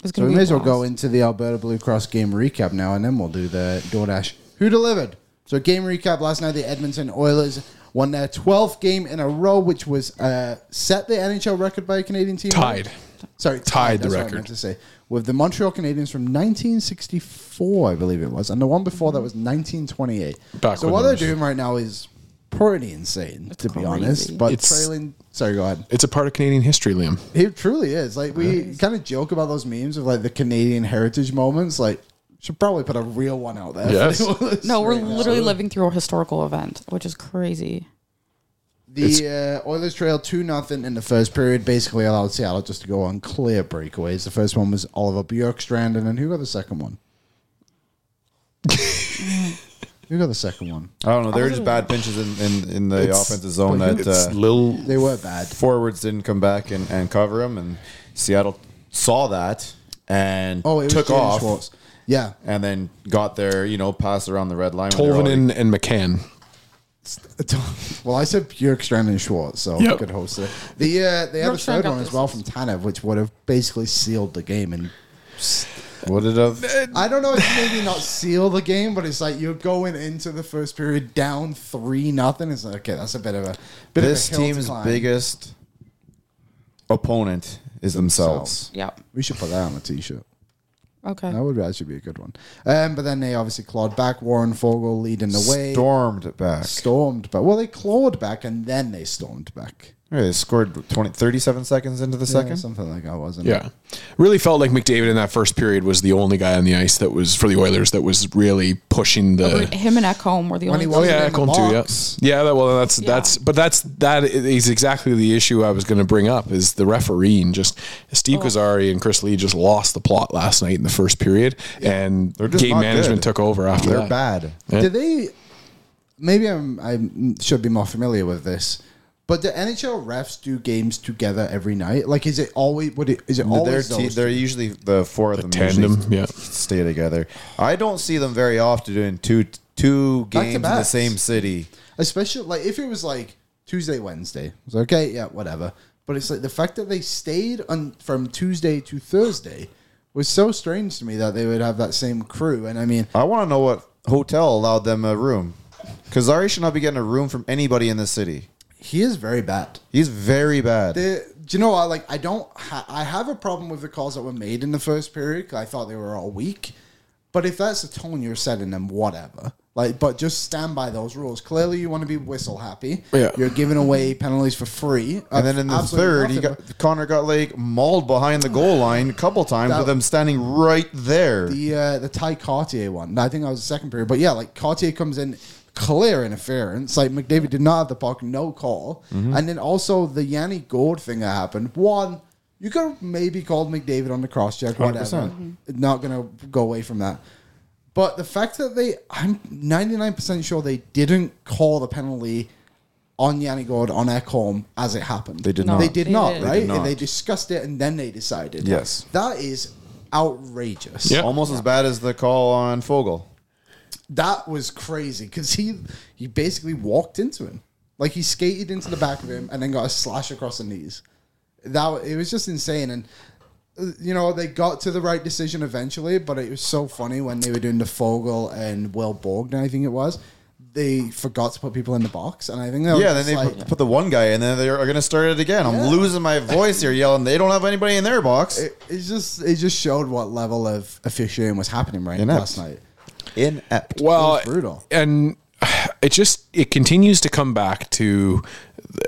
[SPEAKER 7] It's
[SPEAKER 4] So
[SPEAKER 7] gonna
[SPEAKER 4] we
[SPEAKER 7] be
[SPEAKER 4] may as well
[SPEAKER 7] a
[SPEAKER 4] go
[SPEAKER 7] blast.
[SPEAKER 4] into the Alberta Blue Cross game recap now, and then we'll do the DoorDash. Who delivered? So game recap last night. The Edmonton Oilers won their 12th game in a row, which was uh, set the NHL record by a Canadian team.
[SPEAKER 6] Tied.
[SPEAKER 4] Sorry,
[SPEAKER 6] Tied the
[SPEAKER 4] that's what I
[SPEAKER 6] record.
[SPEAKER 4] meant to say with the Montreal Canadiens from 1964, I believe it was, and the one before that was 1928.
[SPEAKER 6] Back
[SPEAKER 4] so
[SPEAKER 6] when
[SPEAKER 4] what
[SPEAKER 6] there
[SPEAKER 4] they're
[SPEAKER 6] was-
[SPEAKER 4] doing right now is pretty insane, to be honest. But
[SPEAKER 6] It's-
[SPEAKER 4] trailing. Sorry, go ahead.
[SPEAKER 6] It's a part of Canadian history, Liam.
[SPEAKER 4] It truly is. Like we kind of joke about those memes of like the Canadian heritage moments. Like should probably put a real one out there.
[SPEAKER 6] Yes.
[SPEAKER 7] No, we're literally living through a historical event, which is crazy.
[SPEAKER 4] The uh, Oilers trailed two nothing in the first period. Basically allowed Seattle just to go on clear breakaways. The first one was Oliver Bjorkstrand, and then who got the second one? who got the second one?
[SPEAKER 5] I don't know. They were just bad pinches in, in, in the
[SPEAKER 6] It's-
[SPEAKER 5] offensive zone that
[SPEAKER 6] It's
[SPEAKER 5] uh,
[SPEAKER 6] Lil
[SPEAKER 4] They were bad.
[SPEAKER 5] forwards didn't come back and, and cover him, and Seattle saw that and
[SPEAKER 4] Oh, it
[SPEAKER 5] took
[SPEAKER 4] was James
[SPEAKER 5] off
[SPEAKER 4] Schwartz. Yeah,
[SPEAKER 5] and then got their, you know, pass around the red line. when they were already-
[SPEAKER 6] Tolvanen and McCann.
[SPEAKER 4] well, I said Bjorkstrand and Schwartz, so
[SPEAKER 6] Yep.
[SPEAKER 4] good host there. The uh, they had a
[SPEAKER 7] Bjorkstrand
[SPEAKER 4] third
[SPEAKER 7] got
[SPEAKER 4] one
[SPEAKER 7] the
[SPEAKER 4] as well from Tanev, which would have basically sealed the game. And
[SPEAKER 5] What did of?
[SPEAKER 4] I don't know if it's maybe not seal the game, but it's like you're going into the first period down three nothing. It's like okay, that's a bit of a bit
[SPEAKER 5] This
[SPEAKER 4] of a hill to
[SPEAKER 5] team's
[SPEAKER 4] climb.
[SPEAKER 5] biggest opponent is themselves.
[SPEAKER 7] Yeah.
[SPEAKER 4] We should put that on a t-shirt.
[SPEAKER 7] Okay.
[SPEAKER 4] That would actually be a good one. Um, but then they obviously clawed back. Warren Fogle leading the way.
[SPEAKER 5] Stormed it back.
[SPEAKER 4] Stormed back. Well, they clawed back and then they stormed back.
[SPEAKER 5] Yeah, they scored 20, 37 seconds into the
[SPEAKER 4] Yeah,
[SPEAKER 5] second.
[SPEAKER 4] something like that, wasn't it?
[SPEAKER 6] Yeah. Really felt like McDavid in that first period was the only guy on the ice that was for the Oilers that was really pushing the
[SPEAKER 7] Him and Ekholm were the
[SPEAKER 4] When
[SPEAKER 7] only.
[SPEAKER 4] he
[SPEAKER 6] Oh
[SPEAKER 4] wasn't
[SPEAKER 6] yeah,
[SPEAKER 4] in the
[SPEAKER 6] Ekholm too.
[SPEAKER 4] box.
[SPEAKER 6] Yeah, yeah. That, well, that's that's but that's that is exactly the issue I was going to bring up is the refereeing. Just Steve Kazari and Chris Lee just lost the plot last night in the first period, and
[SPEAKER 5] They're just
[SPEAKER 6] game
[SPEAKER 5] not
[SPEAKER 6] management
[SPEAKER 5] good.
[SPEAKER 6] took over after
[SPEAKER 5] They're
[SPEAKER 6] that.
[SPEAKER 5] bad.
[SPEAKER 4] Do they? Maybe I'm, I should be more familiar with this, but do NHL refs do games together every night? Like, is it always? Would it? Is it
[SPEAKER 5] They're,
[SPEAKER 4] always?
[SPEAKER 5] te-
[SPEAKER 4] those
[SPEAKER 5] they're
[SPEAKER 4] two?
[SPEAKER 5] usually the four of them
[SPEAKER 6] tandem,
[SPEAKER 5] usually
[SPEAKER 6] yeah.
[SPEAKER 5] stay together. I don't see them very often doing two two
[SPEAKER 4] Back to
[SPEAKER 5] games in the
[SPEAKER 4] backs.
[SPEAKER 5] same city.
[SPEAKER 4] Especially like if it was like Tuesday, Wednesday. It's okay, yeah, whatever. But it's like the fact that they stayed on from Tuesday to Thursday was so strange to me that they would have that same crew. And I mean,
[SPEAKER 5] I want to know what hotel allowed them a room. Kazari should not be getting a room from anybody in the city.
[SPEAKER 4] he is very bad.
[SPEAKER 5] He's very bad.
[SPEAKER 4] The do you know what? Like, I don't. Ha- I have a problem with the calls that were made in the first period. 'cause I thought they were all weak. But if that's the tone you're setting them, whatever. Like, but just stand by those rules. Clearly, you want to be whistle happy.
[SPEAKER 6] Yeah.
[SPEAKER 4] You're giving away penalties for free.
[SPEAKER 5] And then in the
[SPEAKER 4] Absolutely
[SPEAKER 5] third, he
[SPEAKER 4] nothing,
[SPEAKER 5] got
[SPEAKER 4] but-
[SPEAKER 5] Connor got like mauled behind the goal line a couple times
[SPEAKER 4] That-
[SPEAKER 5] with him standing right there.
[SPEAKER 4] the uh, the Ty Cartier one. I think that was the second period. But yeah, like Cartier comes in clear interference. Like McDavid did not have the puck, no call.
[SPEAKER 5] Mm-hmm.
[SPEAKER 4] And then also the Yanni Gold thing that happened. One, you could have maybe called McDavid on the cross check, whatever. Mm-hmm.
[SPEAKER 5] 100%.
[SPEAKER 4] Not gonna go away from that. But the fact that they I'm ninety nine percent sure they didn't call the penalty on Yanni Gord on Ekholm as it happened. They
[SPEAKER 5] did No. not.
[SPEAKER 4] They did
[SPEAKER 7] They
[SPEAKER 4] not,
[SPEAKER 7] didn't.
[SPEAKER 4] right?
[SPEAKER 5] They did not.
[SPEAKER 4] They discussed it and then they decided.
[SPEAKER 5] Yes.
[SPEAKER 4] That is outrageous.
[SPEAKER 6] Yeah.
[SPEAKER 5] Almost as bad as the call on Fogel.
[SPEAKER 4] that was crazy because he he basically walked into him, like he skated into the back of him and then got a slash across the knees. That wa- it was just insane, and uh, you know they got to the right decision eventually. But it was so funny when they were doing the Fogel and Will Borgden, I think it was. They forgot to put people in the box, and I think that
[SPEAKER 5] Yeah, then
[SPEAKER 4] was
[SPEAKER 5] they
[SPEAKER 4] just
[SPEAKER 5] put-
[SPEAKER 4] like,
[SPEAKER 5] put the one guy in, and then they're going to start it again. I'm losing my voice here yelling, they don't have anybody in their box.
[SPEAKER 4] it, it just it just showed what level of officiating was happening right
[SPEAKER 5] Inept.
[SPEAKER 4] last night.
[SPEAKER 5] Inept.
[SPEAKER 6] well,
[SPEAKER 4] It was brutal.
[SPEAKER 6] and it just it continues to come back to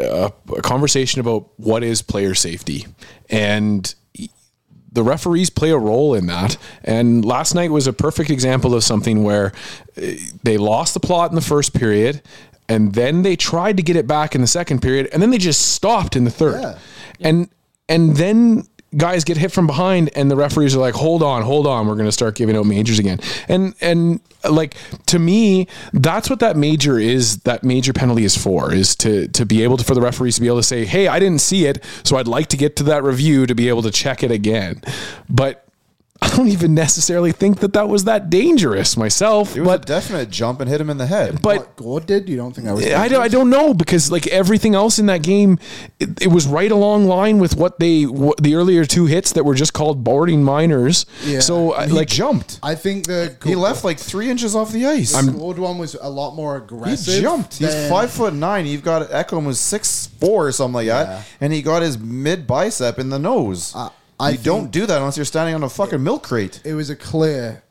[SPEAKER 6] uh, a conversation about what is player safety and the referees play a role in that and last night was a perfect example of something where uh, they lost the plot in the first period and then they tried to get it back in the second period and then they just stopped in the third and and then guys get hit from behind and the referees are like hold on hold on we're going to start giving out majors again and and like to me that's what that major is that major penalty is for is to to be able to for the referees to be able to say hey i didn't see it so i'd like to get to that review to be able to check it again but i don't even necessarily think that that was that dangerous myself
[SPEAKER 5] It was
[SPEAKER 6] but
[SPEAKER 5] a definite jump and hit him in the head.
[SPEAKER 6] but
[SPEAKER 4] What Gord did, you don't think I was?
[SPEAKER 6] I don't, I don't know because like everything else in that game, it, it was right along line with what they what the earlier two hits that were just called boarding minors.
[SPEAKER 4] Yeah.
[SPEAKER 6] So I,
[SPEAKER 5] he
[SPEAKER 6] like
[SPEAKER 5] jumped.
[SPEAKER 4] I think the
[SPEAKER 5] He left like three inches off the ice.
[SPEAKER 4] The Gold one was a lot more
[SPEAKER 5] He
[SPEAKER 4] aggressive.
[SPEAKER 5] jumped. He's
[SPEAKER 4] than-
[SPEAKER 5] five foot nine. You've got Ekholm was six four or something like that, and he got his mid bicep in the nose.
[SPEAKER 4] I
[SPEAKER 5] you
[SPEAKER 4] think-
[SPEAKER 5] don't do that unless you're standing on a fucking milk crate.
[SPEAKER 4] It was a clear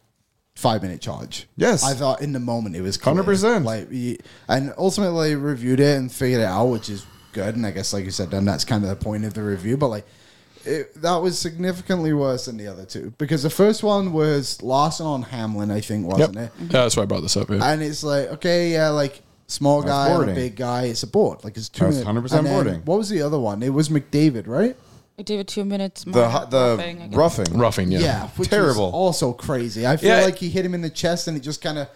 [SPEAKER 4] five minute charge.
[SPEAKER 5] Yes.
[SPEAKER 4] I thought in the moment it was clear.
[SPEAKER 5] 100%.
[SPEAKER 4] Like, he- and ultimately reviewed it and figured it out, which is good. And I guess, like you said, then that's kind of the point of the review. But like, it, that was significantly worse than the other two because the first one was Larson on Hamlin, I think, wasn't
[SPEAKER 6] Yep.
[SPEAKER 4] it?
[SPEAKER 6] Yeah, that's why I brought this up. yeah.
[SPEAKER 4] And it's like, okay, yeah, like small guy on a
[SPEAKER 5] boarding.
[SPEAKER 4] big guy, it's a board. Like it's two
[SPEAKER 5] That's
[SPEAKER 4] minute-
[SPEAKER 5] 100%
[SPEAKER 4] and then
[SPEAKER 5] boarding.
[SPEAKER 4] What was the other one? It was McDavid, right?
[SPEAKER 7] I gave it two minutes.
[SPEAKER 5] The
[SPEAKER 7] more roughing, I
[SPEAKER 5] the
[SPEAKER 7] guess.
[SPEAKER 5] roughing.
[SPEAKER 6] Roughing, yeah.
[SPEAKER 4] Yeah, which
[SPEAKER 5] Terrible.
[SPEAKER 4] Was also crazy. I feel
[SPEAKER 6] Yeah.
[SPEAKER 4] like he hit him in the chest and it just kind of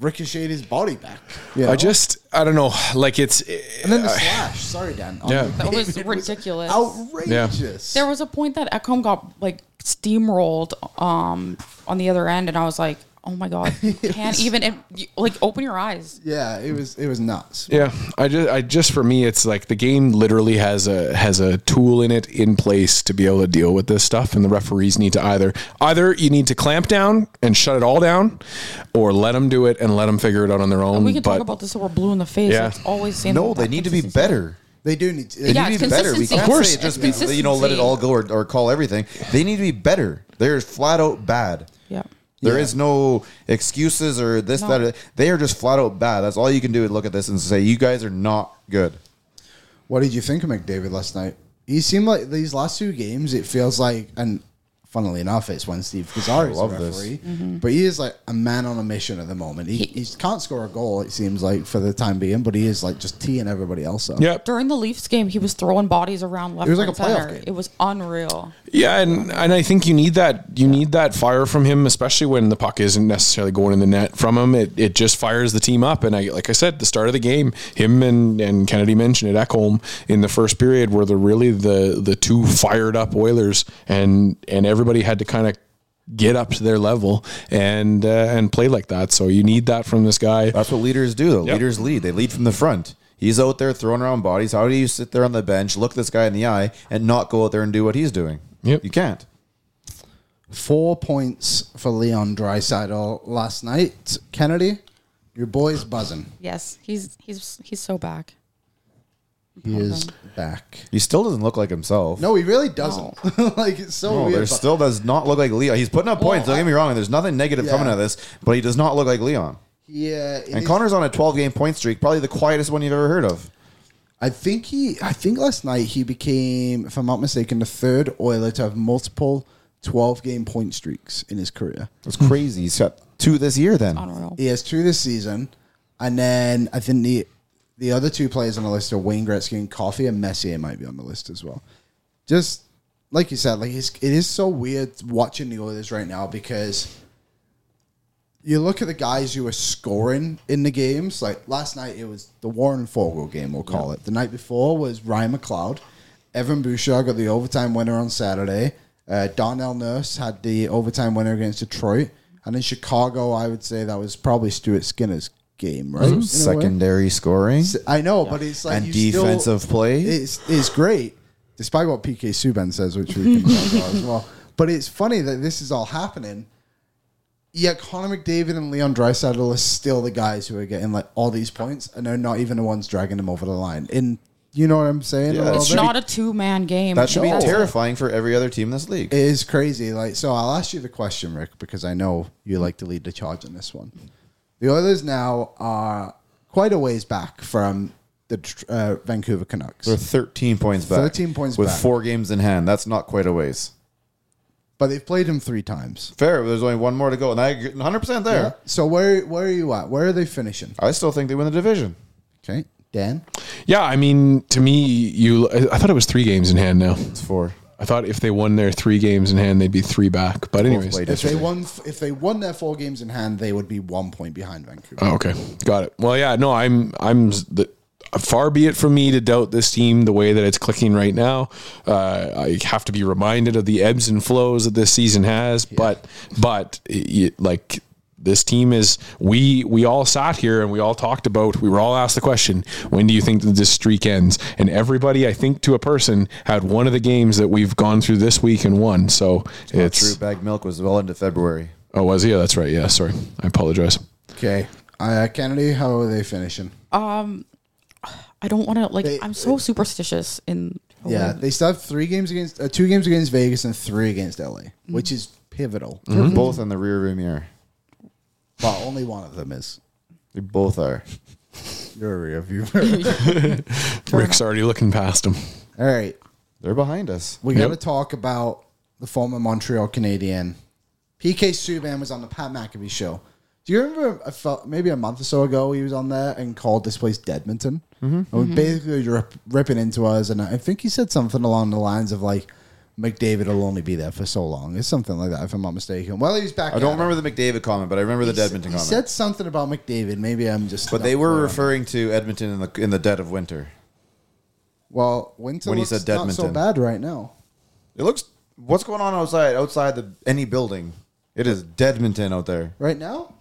[SPEAKER 4] ricocheted his body back. Yeah,
[SPEAKER 6] I just I don't know. Like it's uh,
[SPEAKER 4] and then the slash. Sorry, Dan.
[SPEAKER 6] Yeah.
[SPEAKER 7] That was
[SPEAKER 4] It
[SPEAKER 7] ridiculous.
[SPEAKER 4] outrageous.
[SPEAKER 7] There was a point that Ekholm got like steamrolled um, on the other end, and I was like, "Oh my god, you can't even if you- like open your eyes."
[SPEAKER 4] yeah, it was it was nuts.
[SPEAKER 6] Yeah, I just, I just for me, it's like the game literally has a has a tool in it in place to be able to deal with this stuff, and the referees need to either either you need to clamp down and shut it all down, or let them do it and let them figure it out on their own.
[SPEAKER 7] We can talk
[SPEAKER 6] But-
[SPEAKER 7] about this till we're blue in the face.
[SPEAKER 6] Yeah.
[SPEAKER 7] It's always saying
[SPEAKER 5] No,
[SPEAKER 7] that
[SPEAKER 5] they need to be better.
[SPEAKER 4] They do need to. They
[SPEAKER 7] Yeah,
[SPEAKER 4] do
[SPEAKER 7] it's
[SPEAKER 4] need to
[SPEAKER 5] Better. We
[SPEAKER 7] Consistency.
[SPEAKER 5] can't
[SPEAKER 7] Of course.
[SPEAKER 5] say it just
[SPEAKER 7] It's
[SPEAKER 5] be you know let it
[SPEAKER 7] consistency.
[SPEAKER 5] all go or, or call everything. They need to be better. They're flat out bad.
[SPEAKER 7] Yeah.
[SPEAKER 5] There is no excuses or this
[SPEAKER 7] No.
[SPEAKER 5] that. Or, they are just flat out bad. That's all you can do is look at this and say you guys are not good.
[SPEAKER 4] What did you think of McDavid last night? He seemed like these last two games. It feels like, and funnily enough, it's when Steve Kazar is the
[SPEAKER 5] love this.
[SPEAKER 4] referee,
[SPEAKER 7] Mm-hmm.
[SPEAKER 4] but he is like a man on a mission at the moment. He, he can't score a goal. It seems like for the time being, but he is like just teeing everybody else up.
[SPEAKER 6] Yep.
[SPEAKER 7] During the Leafs game, he was throwing bodies around left.
[SPEAKER 4] It was like
[SPEAKER 7] right,
[SPEAKER 4] a playoff
[SPEAKER 7] center.
[SPEAKER 4] game.
[SPEAKER 7] It was unreal.
[SPEAKER 6] Yeah, and and I think you need that you need that fire from him, especially when the puck isn't necessarily going in the net from him. It, it just fires the team up. And I like I said, the start of the game, him and, and Kennedy mentioned it, Ekholm in the first period were the really the the two fired up Oilers, and and everybody had to kind of get up to their level and uh, and play like that. So you need that from this guy.
[SPEAKER 5] That's what leaders do, though.
[SPEAKER 6] Yep.
[SPEAKER 5] Leaders lead. They lead from the front. He's out there throwing around bodies. How do you sit there on the bench, look this guy in the eye, and not go out there and do what he's doing?
[SPEAKER 6] Yep.
[SPEAKER 5] You can't.
[SPEAKER 4] Four points for Leon Dreisaitl last night. Kennedy, your boy's buzzing.
[SPEAKER 7] Yes, he's he's he's so back.
[SPEAKER 4] He is back.
[SPEAKER 5] He still doesn't look like himself.
[SPEAKER 4] No, he really doesn't. like it's so
[SPEAKER 5] No,
[SPEAKER 4] weird.
[SPEAKER 5] there
[SPEAKER 4] but-
[SPEAKER 5] still does not look like Leon. He's putting up points. Don't get me wrong. There's nothing negative
[SPEAKER 4] Yeah.
[SPEAKER 5] coming out of this, but he does not look like Leon.
[SPEAKER 4] yeah, uh, it
[SPEAKER 5] And
[SPEAKER 4] is-
[SPEAKER 5] Connor's on a 12 game point streak, probably the quietest one you've ever heard of.
[SPEAKER 4] I think he. I think last night he became, if I'm not mistaken, the third Oiler to have multiple 12 game point streaks in his career.
[SPEAKER 5] It's crazy. He's got two this year. Then
[SPEAKER 7] Unreal.
[SPEAKER 4] He has two this season, and then I think the the other two players on the list are Wayne Gretzky and Coffee, and Messier might be on the list as well. Just like you said, like it's, it is so weird watching the Oilers right now because you look at the guys who are scoring in the games. Like last night, it was the Warren Fogle game, we'll call it. The night before was Ryan McLeod. Evan Bouchard got the overtime winner on Saturday. Uh, Darnell Nurse had the overtime winner against Detroit. And in Chicago, I would say that was probably Stuart Skinner's game, right? In a way.
[SPEAKER 5] secondary scoring
[SPEAKER 4] I know, but it's like
[SPEAKER 5] and
[SPEAKER 4] you still-
[SPEAKER 5] defensive play.
[SPEAKER 4] it's is great, despite what PK Subban says, which we can talk about as well. But it's funny that this is all happening. Yet Connor McDavid and Leon Dreisaitl are still the guys who are getting like all these points, and they're not even the ones dragging them over the line. And you know what I'm saying?
[SPEAKER 5] Yeah,
[SPEAKER 4] a little
[SPEAKER 5] that's
[SPEAKER 7] It's
[SPEAKER 4] bit?
[SPEAKER 7] not a two man game.
[SPEAKER 5] that should
[SPEAKER 7] No.
[SPEAKER 5] be terrifying for every other team in this league.
[SPEAKER 4] It is crazy. Like, so I'll ask you the question, Rick, because I know you like to lead the charge on this one. The Oilers now are quite a ways back from the uh, Vancouver Canucks.
[SPEAKER 5] They're 13 points back.
[SPEAKER 4] 13 points
[SPEAKER 5] with
[SPEAKER 4] back.
[SPEAKER 5] four games in hand. That's not quite a ways.
[SPEAKER 4] but they've played him three times.
[SPEAKER 5] Fair. There's only one more to go, and I agree 100% there.
[SPEAKER 4] So where where are you at? Where are they finishing?
[SPEAKER 5] I still think they win the division.
[SPEAKER 4] Okay, Dan.
[SPEAKER 6] Yeah, I mean, to me, you. I I thought it was three games in hand. Now
[SPEAKER 5] It's four.
[SPEAKER 6] I thought if they won their three games in hand, they'd be three back. But anyways,
[SPEAKER 5] played
[SPEAKER 4] If they
[SPEAKER 5] yesterday.
[SPEAKER 4] won, if they won their four games in hand, they would be one point behind Vancouver.
[SPEAKER 6] Oh, okay, got it. Well, yeah, no, I'm, I'm the. Far be it from me to doubt this team the way that it's clicking right now. Uh, I have to be reminded of the ebbs and flows that this season has, but but y- y- like this team is we we all sat here and we all talked about we were all asked the question when do you think that this streak ends and everybody I think to a person had one of the games that we've gone through this week and won so
[SPEAKER 5] True
[SPEAKER 6] it's
[SPEAKER 5] bag milk was well into February.
[SPEAKER 6] oh was he? yeah that's right yeah sorry I apologize
[SPEAKER 4] Okay, uh, Kennedy, how are they finishing?
[SPEAKER 7] I don't want to like.
[SPEAKER 4] They-
[SPEAKER 7] I'm so superstitious in.
[SPEAKER 4] yeah, they still have three games against, uh, two games against Vegas and three against LA, which is pivotal.
[SPEAKER 5] They're both in the rear view mirror.
[SPEAKER 4] But only one of them is.
[SPEAKER 5] They both are.
[SPEAKER 4] You're a rear view.
[SPEAKER 6] Rick's already looking past him.
[SPEAKER 4] All right,
[SPEAKER 5] They're behind us.
[SPEAKER 4] we
[SPEAKER 6] Yep.
[SPEAKER 4] got to talk about the former Montreal Canadian. PK Subban was on the Pat McAfee show. Do you remember I felt maybe a month or so ago he was on there and called this place Deadmonton?
[SPEAKER 5] Mm-hmm.
[SPEAKER 4] And was basically rip, ripping into us. And I think he said something along the lines of like, McDavid will only be there for so long. It's something like that, if I'm not mistaken. Well, he was back.
[SPEAKER 5] I don't remember the McDavid comment, but I remember the
[SPEAKER 4] the
[SPEAKER 5] Edmonton
[SPEAKER 4] He
[SPEAKER 5] comment.
[SPEAKER 4] said something about McDavid. Maybe I'm just.
[SPEAKER 5] but they
[SPEAKER 4] not
[SPEAKER 5] were
[SPEAKER 4] clear on it.
[SPEAKER 5] referring to Edmonton in the in the dead of winter.
[SPEAKER 4] Well, winter
[SPEAKER 5] when he
[SPEAKER 4] looks
[SPEAKER 5] said
[SPEAKER 4] not so
[SPEAKER 5] Deadmonton.
[SPEAKER 4] bad right now.
[SPEAKER 5] It looks what's going on outside outside the any building. It is Deadmonton out there.
[SPEAKER 4] Right now,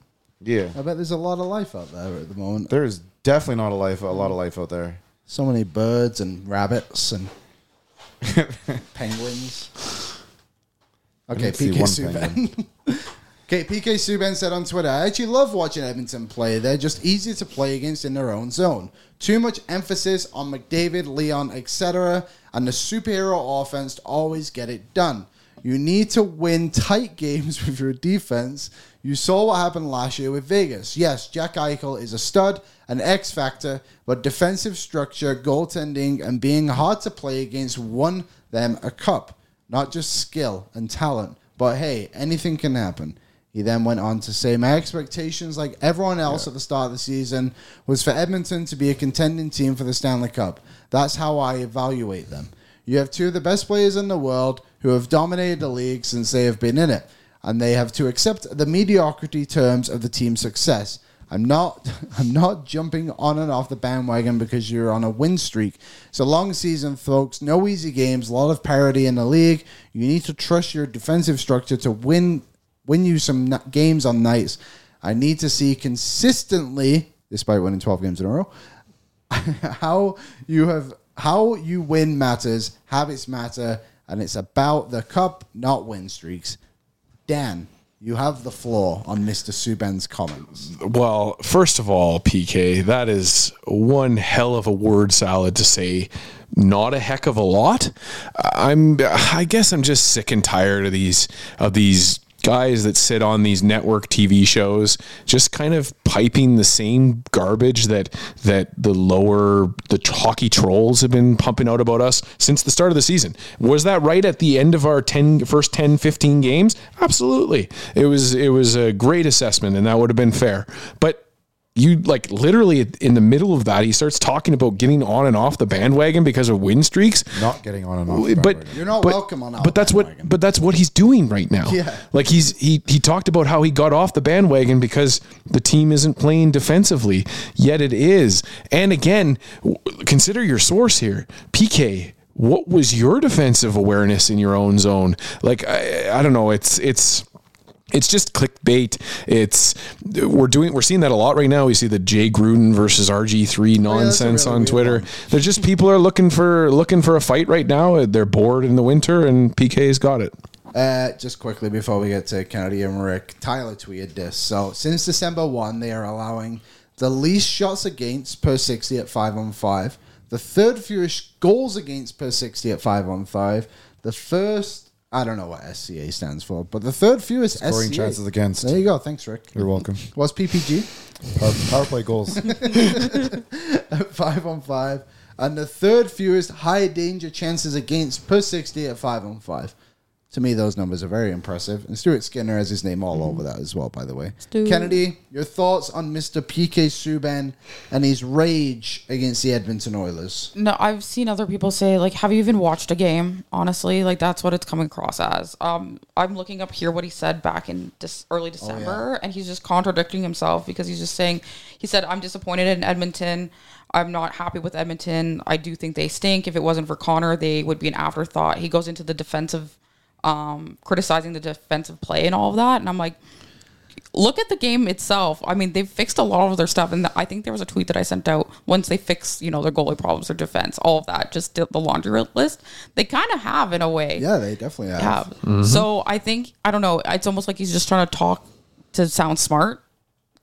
[SPEAKER 5] Yeah,
[SPEAKER 4] I bet there's a lot of life out there at the moment.
[SPEAKER 5] there is definitely not a life a lot of life out there.
[SPEAKER 4] So many birds and rabbits and penguins. Okay,
[SPEAKER 5] didn't see one
[SPEAKER 4] PK Subban. okay, PK Subban said on Twitter, I actually love watching Edmonton play. They're just easy to play against in their own zone. Too much emphasis on McDavid, Leon, etc., and the superhero offense to always get it done. You need to win tight games with your defense. You saw what happened last year with Vegas. Yes, Jack Eichel is a stud, an X factor, but defensive structure, goaltending, and being hard to play against won them a cup not just skill and talent, but hey, anything can happen. He then went on to say, My expectations, like everyone else at the start of the season, was for Edmonton to be a contending team for the Stanley Cup. That's how I evaluate them. You have two of the best players in the world who have dominated the league since they have been in it, and they have to accept the mediocrity terms of the team's success. I'm not I'm not jumping on and off the bandwagon because you're on a win streak. It's a long season, folks. No easy games, a lot of parity in the league. You need to trust your defensive structure to win win you some n- games on nights. I need to see consistently, despite winning 12 games in a row, how you have how you win matters, habits matter, and it's about the cup, not win streaks. Dan, You have the floor on Mr. Subban's comments.
[SPEAKER 6] Well, first of all, PK, that is one hell of a word salad to say not a heck of a lot. I'm I guess I'm just sick and tired of these of these guys that sit on these network TV shows just kind of piping the same garbage that that the lower the hockey trolls have been pumping out about us since the start of the season. Was that right at the end of our 10 first 10 15 games? Absolutely. It was it was a great assessment and that would have been fair. But you like literally in the middle of that he starts talking about getting on and off the bandwagon because of win streaks
[SPEAKER 5] Not getting on and off.
[SPEAKER 6] but
[SPEAKER 4] You're not
[SPEAKER 6] but-
[SPEAKER 4] welcome on our
[SPEAKER 6] But that's
[SPEAKER 4] bandwagon.
[SPEAKER 6] what. But that's what he's doing right now.
[SPEAKER 4] Yeah.
[SPEAKER 6] Like he's he he talked about how he got off the bandwagon because the team isn't playing defensively. Yet it is. And again, w- consider your source here, PK. What was your defensive awareness in your own zone? Like I, I don't know. It's it's it's just clickbait. It's we're doing we're seeing that a lot right now. We see the Jay Gruden versus RG three nonsense
[SPEAKER 4] really
[SPEAKER 6] on
[SPEAKER 4] weird
[SPEAKER 6] Twitter. They're just people are looking for looking for a fight right now. They're bored in the winter, and PK's got it.
[SPEAKER 4] Uh, just quickly before we get to Kennedy and Rick, Tyler tweeted this. So since December 1, they are allowing the least shots against per 60 at 5 on 5, the third fewest goals against per 60 at 5 on 5, the first, I don't know what SCA stands for, but the third fewest
[SPEAKER 5] Scoring
[SPEAKER 4] SCA.
[SPEAKER 5] chances against.
[SPEAKER 4] There you go. Thanks, Rick.
[SPEAKER 5] You're welcome.
[SPEAKER 4] What's PPG?
[SPEAKER 5] Power, power play goals.
[SPEAKER 4] five on five, and the third fewest high danger chances against per 60 at five on five. To me, those numbers are very impressive. And Stuart Skinner has his name all over that as well, by the way. Kennedy, your thoughts on Mr. PK Subban and his rage against the Edmonton Oilers?
[SPEAKER 7] No, I've seen other people say like, "Have you even watched a game?" Honestly, like that's what it's coming across as. Um, I'm looking up here what he said back in dis-
[SPEAKER 4] Oh,
[SPEAKER 7] early December, and he's just contradicting himself because he's just saying he said, "I'm disappointed in Edmonton. I'm not happy with Edmonton. I do think they stink. If it wasn't for Connor, they would be an afterthought." He goes into the defensive, um, criticizing the defensive play and all of that, and I'm like, look at the game itself. I mean, they've fixed a lot of their stuff, and I think there was a tweet that I sent out once they fix, you know, their goalie problems, their defense, all of that, just the the laundry list. They kind of have in a way.
[SPEAKER 4] Yeah, they definitely have.
[SPEAKER 7] Have. So I think I don't know. It's almost like he's just trying to talk to sound smart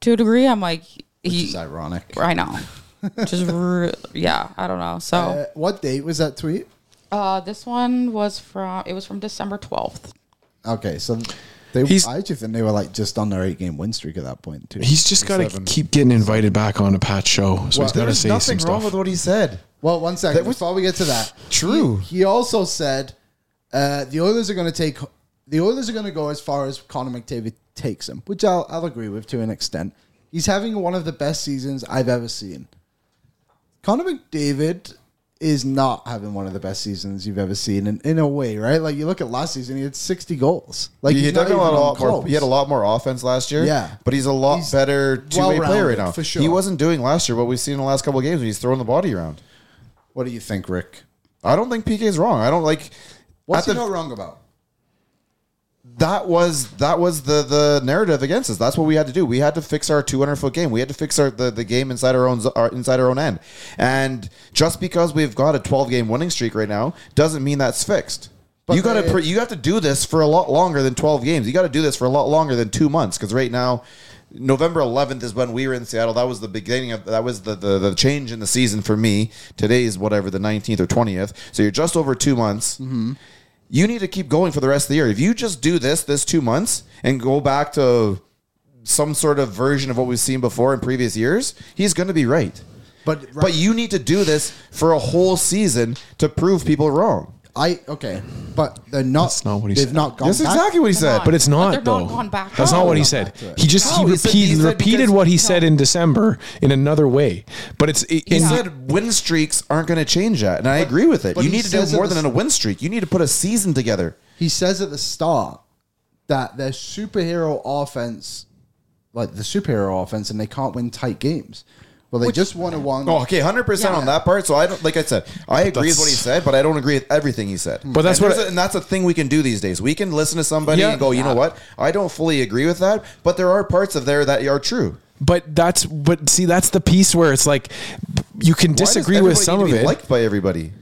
[SPEAKER 7] to a degree. I'm like,
[SPEAKER 4] Which is
[SPEAKER 7] he,
[SPEAKER 4] ironic.
[SPEAKER 7] I know. just re- yeah, I don't know. So
[SPEAKER 4] Uh, what date was that tweet?
[SPEAKER 7] uh, this one was from it was from December 12th.
[SPEAKER 4] Okay, so they,
[SPEAKER 6] He's-
[SPEAKER 4] I actually think they were like just on their eight game win streak at that point, too.
[SPEAKER 6] He's just got to keep getting invited back on a Pat show, so he's got to
[SPEAKER 5] There's
[SPEAKER 6] say
[SPEAKER 5] nothing
[SPEAKER 6] some
[SPEAKER 5] wrong
[SPEAKER 6] stuff.
[SPEAKER 5] with what he said.
[SPEAKER 4] Well, one second
[SPEAKER 5] That was-
[SPEAKER 4] before we get to that.
[SPEAKER 5] True.
[SPEAKER 4] He, he also said uh, the Oilers are going to take the Oilers are going to go as far as Connor McDavid takes them, which I'll, I'll agree with to an extent. He's having one of the best seasons I've ever seen. Connor McDavid is not having one of the best seasons you've ever seen in, in a way, right? Like you look at last season, he had 60 goals. Like
[SPEAKER 5] he,
[SPEAKER 4] he's
[SPEAKER 5] dug
[SPEAKER 4] not
[SPEAKER 5] a lot,
[SPEAKER 4] even
[SPEAKER 5] more.
[SPEAKER 4] close.
[SPEAKER 5] He had a lot more offense last year.
[SPEAKER 4] Yeah.
[SPEAKER 5] but he's a lot
[SPEAKER 4] He's
[SPEAKER 5] better two-way player right
[SPEAKER 4] well-rounded,
[SPEAKER 5] now.
[SPEAKER 4] for sure.
[SPEAKER 5] He wasn't doing last year what we've seen in the last couple of games. When he's throwing the body around.
[SPEAKER 4] What do you think, Rick?
[SPEAKER 5] I don't think PK's wrong. I don't like.
[SPEAKER 4] What's
[SPEAKER 5] at
[SPEAKER 4] he
[SPEAKER 5] the-
[SPEAKER 4] not wrong about?
[SPEAKER 5] that was that was the the narrative against us. That's what we had to do. We had to fix our 200 foot game. We had to fix our the, the game inside our own z- our, inside our own end. And just because we've got a 12 game winning streak right now doesn't mean that's fixed. you got
[SPEAKER 4] they-
[SPEAKER 5] to you have to do this for a lot longer than 12 games. You got to do this for a lot longer than 2 months cuz right now November 11th is when we were in Seattle. That was the beginning of that was the, the the change in the season for me. Today is whatever the 19th or 20th. So you're just over 2 months you need to keep going for the rest of the year. If you just do this this two months and go back to some sort of version of what we've seen before in previous years, he's going to be right.
[SPEAKER 4] But
[SPEAKER 5] But you need to do this for a whole season to prove people wrong.
[SPEAKER 4] I okay, but they're not.
[SPEAKER 6] That's not what he
[SPEAKER 4] they've
[SPEAKER 6] said.
[SPEAKER 4] not gone.
[SPEAKER 5] That's
[SPEAKER 4] back.
[SPEAKER 5] exactly what he said.
[SPEAKER 6] But it's
[SPEAKER 7] But
[SPEAKER 6] not
[SPEAKER 7] they're not
[SPEAKER 6] though.
[SPEAKER 7] gone back
[SPEAKER 6] That's
[SPEAKER 7] to
[SPEAKER 6] not
[SPEAKER 7] it.
[SPEAKER 6] what he
[SPEAKER 7] Gone
[SPEAKER 6] said.
[SPEAKER 4] back to it.
[SPEAKER 6] He just
[SPEAKER 5] No,
[SPEAKER 6] he
[SPEAKER 5] he said- he
[SPEAKER 6] repeated
[SPEAKER 5] said
[SPEAKER 6] repeated
[SPEAKER 5] because-
[SPEAKER 6] what he said in December in another way. But it's it,
[SPEAKER 5] He
[SPEAKER 6] and-
[SPEAKER 5] said win streaks aren't going to change that, and I agree with it.
[SPEAKER 4] but
[SPEAKER 5] You
[SPEAKER 4] he
[SPEAKER 5] need to do
[SPEAKER 4] says it
[SPEAKER 5] more
[SPEAKER 4] was-
[SPEAKER 5] than a win streak. You need to put a season together.
[SPEAKER 4] he says at the start that their superhero offense, like the superhero offense, and they can't win tight games. Well, they just won a one.
[SPEAKER 5] Oh, okay, hundred percent on that part. So I don't like I said, I agree with what he
[SPEAKER 6] that's-
[SPEAKER 5] said, but I don't agree with everything he said.
[SPEAKER 6] But that's
[SPEAKER 5] and
[SPEAKER 6] what
[SPEAKER 5] there's
[SPEAKER 6] I-
[SPEAKER 5] a, and that's a thing we can do these days. We can listen to somebody
[SPEAKER 6] Yeah.
[SPEAKER 5] and go, you know what, I don't fully agree with that, but there are parts of there that are true.
[SPEAKER 6] But that's but see that's the piece where it's like you can
[SPEAKER 5] Why does
[SPEAKER 6] disagree with
[SPEAKER 5] everybody
[SPEAKER 6] some
[SPEAKER 5] need
[SPEAKER 6] of
[SPEAKER 5] to be
[SPEAKER 6] it.
[SPEAKER 5] liked by everybody.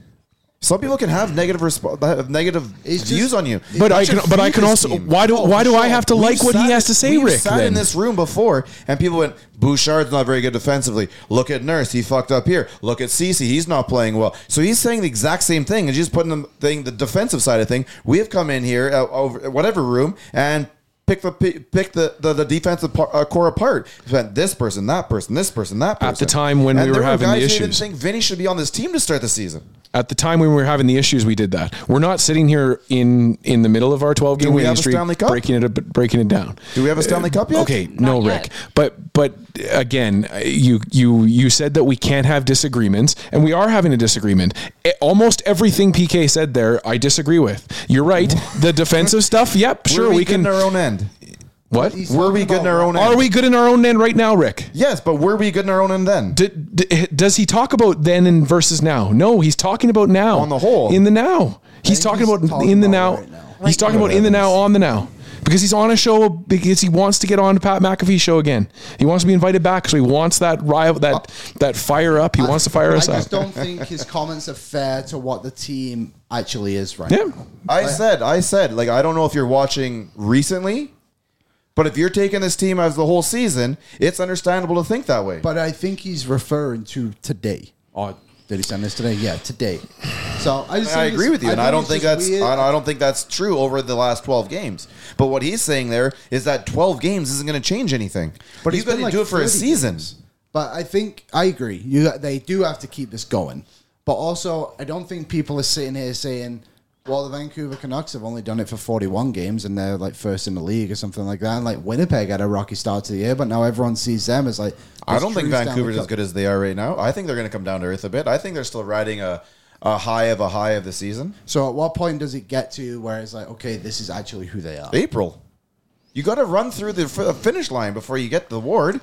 [SPEAKER 5] Some people can have negative resp- have negative
[SPEAKER 4] It's
[SPEAKER 5] views
[SPEAKER 4] just-
[SPEAKER 5] on you.
[SPEAKER 6] But I
[SPEAKER 5] That's
[SPEAKER 6] can-
[SPEAKER 5] your
[SPEAKER 6] but I can
[SPEAKER 5] fetus
[SPEAKER 6] also- why do- why do I have to like what he
[SPEAKER 5] sat-
[SPEAKER 6] has to say,
[SPEAKER 5] we've
[SPEAKER 6] Rick,
[SPEAKER 5] Sat in
[SPEAKER 6] then?
[SPEAKER 5] this room before, and people went, "Bouchard's not very good defensively. Look at Nurse, he fucked up here. Look at Cece, he's not playing well." So he's saying the exact same thing, and just putting the thing, the defensive side of thing. We have come in here, uh, over whatever room, and. Pick the pick the the, the defensive par, uh, core apart. Spent This person, that person, this person, that person.
[SPEAKER 6] At the time when
[SPEAKER 5] And
[SPEAKER 6] we were
[SPEAKER 5] there
[SPEAKER 6] having the
[SPEAKER 5] guys who didn't
[SPEAKER 6] issues.
[SPEAKER 5] think Vinny should be on this team to start the season.
[SPEAKER 6] At the time when we were having the issues, we did that. We're not sitting here in in the middle of our twelve game
[SPEAKER 5] we
[SPEAKER 6] winning
[SPEAKER 5] have a
[SPEAKER 6] streak,
[SPEAKER 5] Stanley Cup?
[SPEAKER 6] breaking it up, breaking it down.
[SPEAKER 5] Do we have a Stanley Cup yet?
[SPEAKER 6] Okay, no,
[SPEAKER 7] yet.
[SPEAKER 6] Rick. But but again, you you you said that we can't have disagreements, and we are having a disagreement. E- Almost everything PK said there, I disagree with. You're right. The defensive stuff, yep, sure
[SPEAKER 5] Were
[SPEAKER 6] we,
[SPEAKER 5] good
[SPEAKER 6] can.
[SPEAKER 5] in our own end.
[SPEAKER 6] what
[SPEAKER 4] He's
[SPEAKER 5] Were
[SPEAKER 4] talking
[SPEAKER 5] we good in
[SPEAKER 4] about-
[SPEAKER 5] our own end?
[SPEAKER 6] are we good in our own end right now, Rick?
[SPEAKER 5] Yes, but were we good in our own end then?
[SPEAKER 6] D- d- does he talk about then and versus now? No, he's talking about now
[SPEAKER 5] On the whole.
[SPEAKER 6] in the now. He's talking
[SPEAKER 4] he's
[SPEAKER 6] about
[SPEAKER 4] talking
[SPEAKER 6] in the
[SPEAKER 4] about
[SPEAKER 6] now.
[SPEAKER 4] right now.
[SPEAKER 6] He's talking about in the now on the now because he's on a show because he wants to get on Pat McAfee show again. He wants to be invited back, so he wants that rival that that fire up. He wants to fire
[SPEAKER 4] I
[SPEAKER 6] us
[SPEAKER 4] just
[SPEAKER 6] up.
[SPEAKER 4] don't think his comments are fair to what the team actually is right
[SPEAKER 6] Yeah.
[SPEAKER 4] now.
[SPEAKER 5] I said, I said, like, I don't know if you're watching recently, but if you're taking this team as the whole season, it's understandable to think that way.
[SPEAKER 4] But I think he's referring to today. Or did he send this today? Yeah, today. So I just
[SPEAKER 5] I
[SPEAKER 4] think
[SPEAKER 5] agree
[SPEAKER 4] it's-
[SPEAKER 5] with you, and I
[SPEAKER 4] think
[SPEAKER 5] don't
[SPEAKER 4] it's
[SPEAKER 5] think
[SPEAKER 4] just
[SPEAKER 5] that's
[SPEAKER 4] weird.
[SPEAKER 5] I I don't think that's true over the last twelve games. But what he's saying there is that twelve games isn't going to change anything. But
[SPEAKER 4] But
[SPEAKER 5] he's
[SPEAKER 4] it's been
[SPEAKER 5] going to
[SPEAKER 4] like
[SPEAKER 5] do it for a
[SPEAKER 4] 30
[SPEAKER 5] season.
[SPEAKER 4] games. But I think I agree. You they do have to keep this going. But also, I don't think people are sitting here saying, "Well, the Vancouver Canucks have only done it for 41 games and they're like first in the league or something like that." And like Winnipeg had a rocky start to the year, but now everyone sees them as like.
[SPEAKER 5] I don't think
[SPEAKER 4] true Stanley
[SPEAKER 5] Vancouver's as
[SPEAKER 4] Cup-
[SPEAKER 5] good as they are right now. I think they're going to come down to earth a bit. I think they're still riding a, a high of a high of the season.
[SPEAKER 4] So at what point does it get to where it's like, okay, this is actually who they are?
[SPEAKER 5] April. You got to run through the f- uh, finish line before you get the award.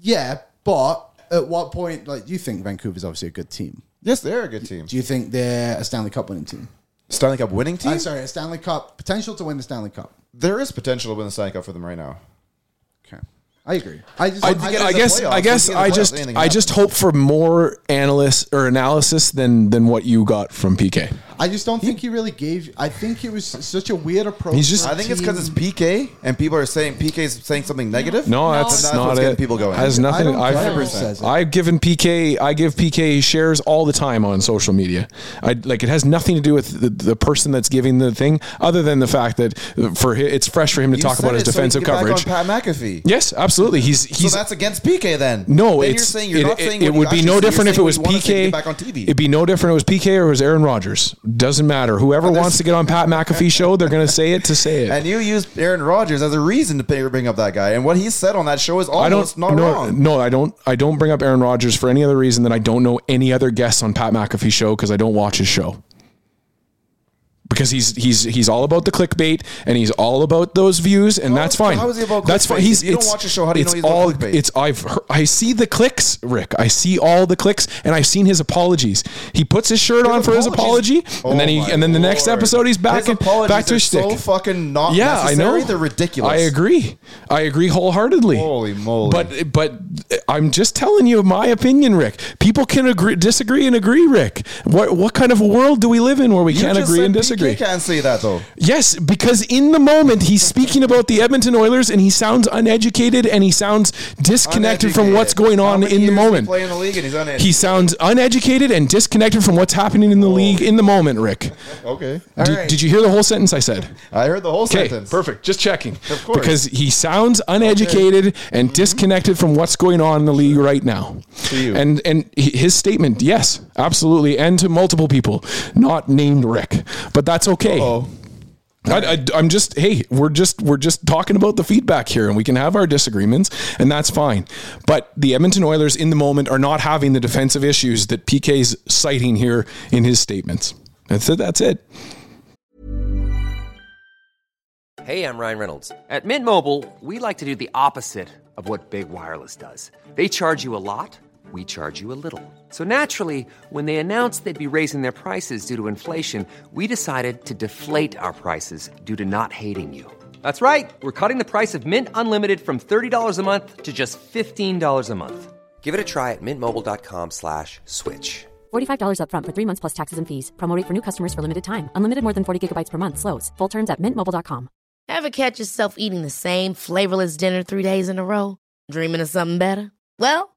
[SPEAKER 4] Yeah, but at what point? Like, do you think Vancouver's obviously a good team?
[SPEAKER 5] Yes, they're a good team.
[SPEAKER 4] Do you think they're a Stanley Cup winning team?
[SPEAKER 5] Stanley Cup winning team.
[SPEAKER 4] I'm sorry, a Stanley Cup potential to win the Stanley Cup.
[SPEAKER 5] There is potential to win the Stanley Cup for them right now.
[SPEAKER 4] Okay, I agree. I just,
[SPEAKER 6] I,
[SPEAKER 4] I,
[SPEAKER 5] Once you get
[SPEAKER 6] I
[SPEAKER 5] into the
[SPEAKER 6] guess
[SPEAKER 5] playoffs,
[SPEAKER 6] I
[SPEAKER 5] once
[SPEAKER 6] guess
[SPEAKER 5] you get into
[SPEAKER 6] I
[SPEAKER 5] the playoffs,
[SPEAKER 6] just
[SPEAKER 5] anything
[SPEAKER 6] I just
[SPEAKER 5] happens.
[SPEAKER 6] hope for more analysts or analysis than than what you got from PK.
[SPEAKER 4] just don't think he really gave. I think it was such a weird approach.
[SPEAKER 6] He's just-
[SPEAKER 4] for a
[SPEAKER 5] I think it's
[SPEAKER 4] team.
[SPEAKER 5] because it's PK and people are saying PK's saying something negative.
[SPEAKER 6] No,
[SPEAKER 5] And
[SPEAKER 6] that's, not
[SPEAKER 5] what's
[SPEAKER 6] it.
[SPEAKER 5] getting people going.
[SPEAKER 6] Has nothing.
[SPEAKER 4] don't
[SPEAKER 6] I've,
[SPEAKER 4] care
[SPEAKER 5] who says
[SPEAKER 4] it.
[SPEAKER 6] I've given PK. I give PK shares all the time on social media. I like it has nothing to do with the, the person that's giving the thing, other than the fact that for hi it's fresh for him to
[SPEAKER 5] You
[SPEAKER 6] talk
[SPEAKER 5] said
[SPEAKER 6] about his
[SPEAKER 5] it so you can
[SPEAKER 6] defensive
[SPEAKER 5] get back
[SPEAKER 6] coverage.
[SPEAKER 5] on Pat McAfee.
[SPEAKER 6] Yes, absolutely. He's
[SPEAKER 5] So
[SPEAKER 6] he's.
[SPEAKER 5] that's against PK then.
[SPEAKER 6] no, it's
[SPEAKER 5] Then you're saying you're
[SPEAKER 6] it,
[SPEAKER 5] not
[SPEAKER 6] it-
[SPEAKER 5] saying
[SPEAKER 6] it
[SPEAKER 5] what you
[SPEAKER 6] would be
[SPEAKER 5] actually
[SPEAKER 6] no
[SPEAKER 5] see, you're
[SPEAKER 6] different if it
[SPEAKER 5] saying
[SPEAKER 6] was
[SPEAKER 5] what you want to see to
[SPEAKER 6] PK.
[SPEAKER 5] get back on TV.
[SPEAKER 6] It'd be no different if it was PK or it was Aaron Rodgers. Doesn't matter. Whoever
[SPEAKER 5] there's-
[SPEAKER 6] wants to get on Pat McAfee show, they're going to say it to say it.
[SPEAKER 5] And you used Aaron Rodgers as a reason to pay- bring up that guy, and what he said on that show is
[SPEAKER 6] I
[SPEAKER 5] almost
[SPEAKER 6] don't
[SPEAKER 5] not
[SPEAKER 6] no,
[SPEAKER 5] wrong.
[SPEAKER 6] No, I don't. I don't bring up Aaron Rodgers for any other reason than I don't know any other guests on Pat McAfee show because I don't watch his show. Because he's he's he's all about the clickbait and he's all about those views and that's
[SPEAKER 5] How-
[SPEAKER 6] fine.
[SPEAKER 5] how is he about
[SPEAKER 6] that's
[SPEAKER 5] clickbait? If you don't
[SPEAKER 6] it's-
[SPEAKER 5] watch his show, how do you
[SPEAKER 6] it's
[SPEAKER 5] know he's about
[SPEAKER 6] all,
[SPEAKER 5] clickbait?
[SPEAKER 6] It's I've heard, I see the clicks, Rick. I see all the clicks and I've seen his apologies. He puts his shirt on for his apology
[SPEAKER 5] apologies-
[SPEAKER 6] and then he
[SPEAKER 5] Oh my
[SPEAKER 6] and then the next
[SPEAKER 5] Lord.
[SPEAKER 6] episode he's back
[SPEAKER 5] His
[SPEAKER 6] and
[SPEAKER 5] apologies
[SPEAKER 6] back to
[SPEAKER 5] are
[SPEAKER 6] his
[SPEAKER 5] so
[SPEAKER 6] shtick.
[SPEAKER 5] fucking not
[SPEAKER 6] Yeah, I know.
[SPEAKER 5] Uh, necessary. They're ridiculous.
[SPEAKER 6] I agree. I agree wholeheartedly.
[SPEAKER 5] Holy moly.
[SPEAKER 6] But but I'm just telling you my opinion, Rick. People can agree, disagree, and agree, Rick. What what kind of world do we live in where we
[SPEAKER 5] You
[SPEAKER 6] can't
[SPEAKER 5] just
[SPEAKER 6] agree
[SPEAKER 5] said
[SPEAKER 6] and
[SPEAKER 5] PK
[SPEAKER 6] disagree?
[SPEAKER 5] can't say that though.
[SPEAKER 6] Yes, because in the moment he's speaking about the Edmonton Oilers and he sounds uneducated and he sounds disconnected from
[SPEAKER 5] Uneducated.
[SPEAKER 6] what's going
[SPEAKER 5] How
[SPEAKER 6] on
[SPEAKER 5] many
[SPEAKER 6] in
[SPEAKER 5] years
[SPEAKER 6] the
[SPEAKER 5] he
[SPEAKER 6] moment.
[SPEAKER 5] play in the league and he's uneducated?
[SPEAKER 6] He sounds uneducated and disconnected from what's happening in the league in the moment, Rick.
[SPEAKER 5] Okay.
[SPEAKER 6] Did- did you hear the whole sentence I said?
[SPEAKER 5] I heard the whole
[SPEAKER 6] Okay,
[SPEAKER 5] sentence.
[SPEAKER 6] perfect. Just checking.
[SPEAKER 5] Of course. Mm-hmm.
[SPEAKER 6] Because he sounds uneducated and disconnected from what's going on in the league right now.
[SPEAKER 5] To you.
[SPEAKER 6] And and hi- his statement, yes, absolutely, and to multiple people, not named Rick, but that's okay.
[SPEAKER 5] Oh,
[SPEAKER 6] I, am just hey, we're just we're just talking about the feedback here, and we can have our disagreements, and that's fine. But the Edmonton Oilers in the moment are not having the defensive issues that PK's citing here in his statements. That's it. That's it.
[SPEAKER 8] Hey, I'm Ryan Reynolds. At Mint Mobile, we like to do the opposite of what Big Wireless does. They charge you a lot, we charge you a little. So naturally, when they announced they'd be raising their prices due to inflation, we decided to deflate our prices due to not hating you. That's right. We're cutting the price of Mint Unlimited from $30 a month to just $15 a month. Give it a try at mintmobile.com slash switch.
[SPEAKER 9] $45 upfront for three months plus taxes and fees. Promo rate for new customers for limited time. Unlimited more than 40 gigabytes per month. Slows. Full terms at mintmobile.com.
[SPEAKER 10] Ever catch yourself eating the same flavorless dinner three days in a row? Dreaming of something better? Well,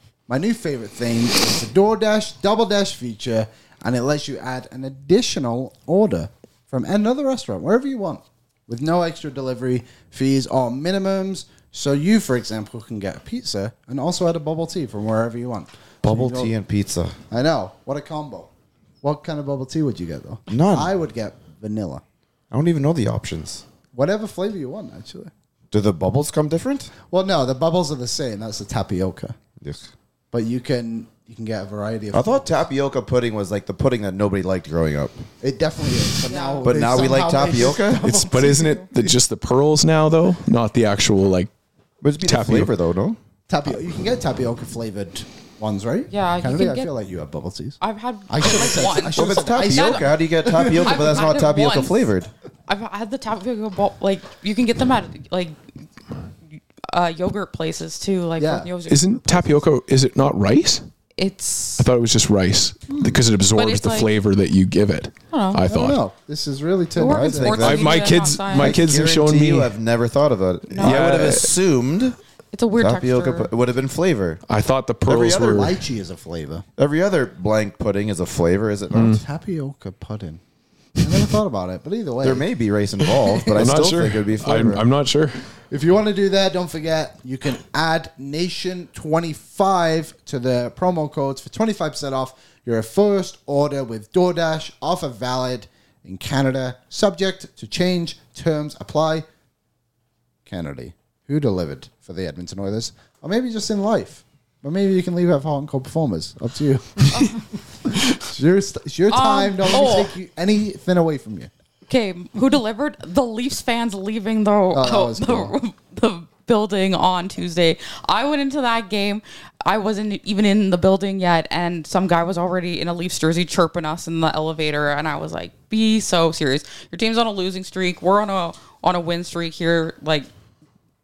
[SPEAKER 4] My new favorite thing is the DoorDash Double Dash feature, and it lets you add an additional order from another restaurant, wherever you want, with no extra delivery fees or minimums. So you, for example, can get a pizza and also add a bubble tea from wherever you want. So
[SPEAKER 5] Bubble
[SPEAKER 4] you go-
[SPEAKER 5] tea and pizza.
[SPEAKER 4] I know. What a combo. What kind of bubble tea would you get, though?
[SPEAKER 5] None.
[SPEAKER 4] I would get vanilla.
[SPEAKER 5] I don't even know the options.
[SPEAKER 4] Whatever flavor you want, actually.
[SPEAKER 5] Do the bubbles come different?
[SPEAKER 4] Well, no, the bubbles are the same. That's the tapioca.
[SPEAKER 5] Yes.
[SPEAKER 4] But you can you can get a variety of
[SPEAKER 5] I thought tapioca pudding was like the pudding that nobody liked growing up.
[SPEAKER 4] It definitely is. But now,
[SPEAKER 5] But
[SPEAKER 4] they
[SPEAKER 5] now we like
[SPEAKER 4] somehow made
[SPEAKER 5] tapioca?
[SPEAKER 4] this double
[SPEAKER 6] It's but
[SPEAKER 4] tea.
[SPEAKER 6] isn't it the, just the pearls now though? Not the actual like
[SPEAKER 5] But it's be the
[SPEAKER 6] Tapioca.
[SPEAKER 5] flavor though, no?
[SPEAKER 4] tapioca? You can get tapioca flavored ones, right?
[SPEAKER 7] Yeah, you
[SPEAKER 4] Canada,
[SPEAKER 7] can
[SPEAKER 4] I
[SPEAKER 7] get-
[SPEAKER 4] feel like you have bubble teas.
[SPEAKER 7] I've had
[SPEAKER 4] I should have said. I should
[SPEAKER 5] Well, if
[SPEAKER 4] have
[SPEAKER 5] it's
[SPEAKER 4] said. I should-
[SPEAKER 5] tapioca, how do you get tapioca? but that's
[SPEAKER 7] I've had
[SPEAKER 5] not
[SPEAKER 7] it
[SPEAKER 5] tapioca
[SPEAKER 7] once.
[SPEAKER 5] flavored.
[SPEAKER 7] I've had the tapioca bowl. Like you can get them at like uh, yogurt places too. Like
[SPEAKER 4] Yeah.
[SPEAKER 7] from yogurt-
[SPEAKER 6] isn't tapioca is it not rice?
[SPEAKER 7] it's
[SPEAKER 6] I thought it was just rice
[SPEAKER 5] Hmm.
[SPEAKER 6] because it absorbs
[SPEAKER 7] it's
[SPEAKER 6] the
[SPEAKER 7] like-
[SPEAKER 6] flavor that you give it.
[SPEAKER 7] don't know.
[SPEAKER 6] I
[SPEAKER 4] I don't
[SPEAKER 6] thought.
[SPEAKER 4] know. This is really
[SPEAKER 7] We're
[SPEAKER 4] tender.
[SPEAKER 7] working
[SPEAKER 4] isn't it?
[SPEAKER 7] sports
[SPEAKER 6] I- my
[SPEAKER 7] media,
[SPEAKER 6] kids-
[SPEAKER 7] not
[SPEAKER 6] my
[SPEAKER 7] science.
[SPEAKER 6] kids have shown
[SPEAKER 5] Guarantee
[SPEAKER 6] me-
[SPEAKER 5] You, I've never thought of it.
[SPEAKER 7] No.
[SPEAKER 5] I would have
[SPEAKER 6] Yeah.
[SPEAKER 5] assumed
[SPEAKER 7] It's a weird
[SPEAKER 5] tapioca
[SPEAKER 7] texture.
[SPEAKER 5] pu- would have been flavor.
[SPEAKER 6] I thought the
[SPEAKER 5] Every
[SPEAKER 6] pearls
[SPEAKER 5] other
[SPEAKER 6] were
[SPEAKER 4] Lychee is a flavor.
[SPEAKER 5] Every other blank pudding is a flavor, is it not?
[SPEAKER 4] Tapioca pudding. I never thought about it, but either way,
[SPEAKER 5] There may be race involved, but I
[SPEAKER 6] I'm
[SPEAKER 5] still
[SPEAKER 6] not sure.
[SPEAKER 5] think it would be flavor.
[SPEAKER 6] I'm, I'm not sure.
[SPEAKER 4] If you want to do that, don't forget you can add Nation twenty five to the promo codes for twenty five percent off your first order with DoorDash. Offer valid in Canada, subject to change. Terms apply. Kennedy, who delivered for the Edmonton Oilers, or maybe just in life, or maybe you can leave out for encore performers. Up to you. it's your, it's your time. Don't let me
[SPEAKER 7] oh.
[SPEAKER 4] take you, anything away from you.
[SPEAKER 7] Okay, who delivered? The Leafs fans leaving the
[SPEAKER 4] Oh, that was
[SPEAKER 7] the,
[SPEAKER 4] cool.
[SPEAKER 7] the building on Tuesday. I went into that game. I wasn't even in the building yet, and some guy was already in a Leafs jersey chirping us in the elevator, and I was like, "Be so serious. Your team's on a losing streak. We're on a on a win streak here. Like,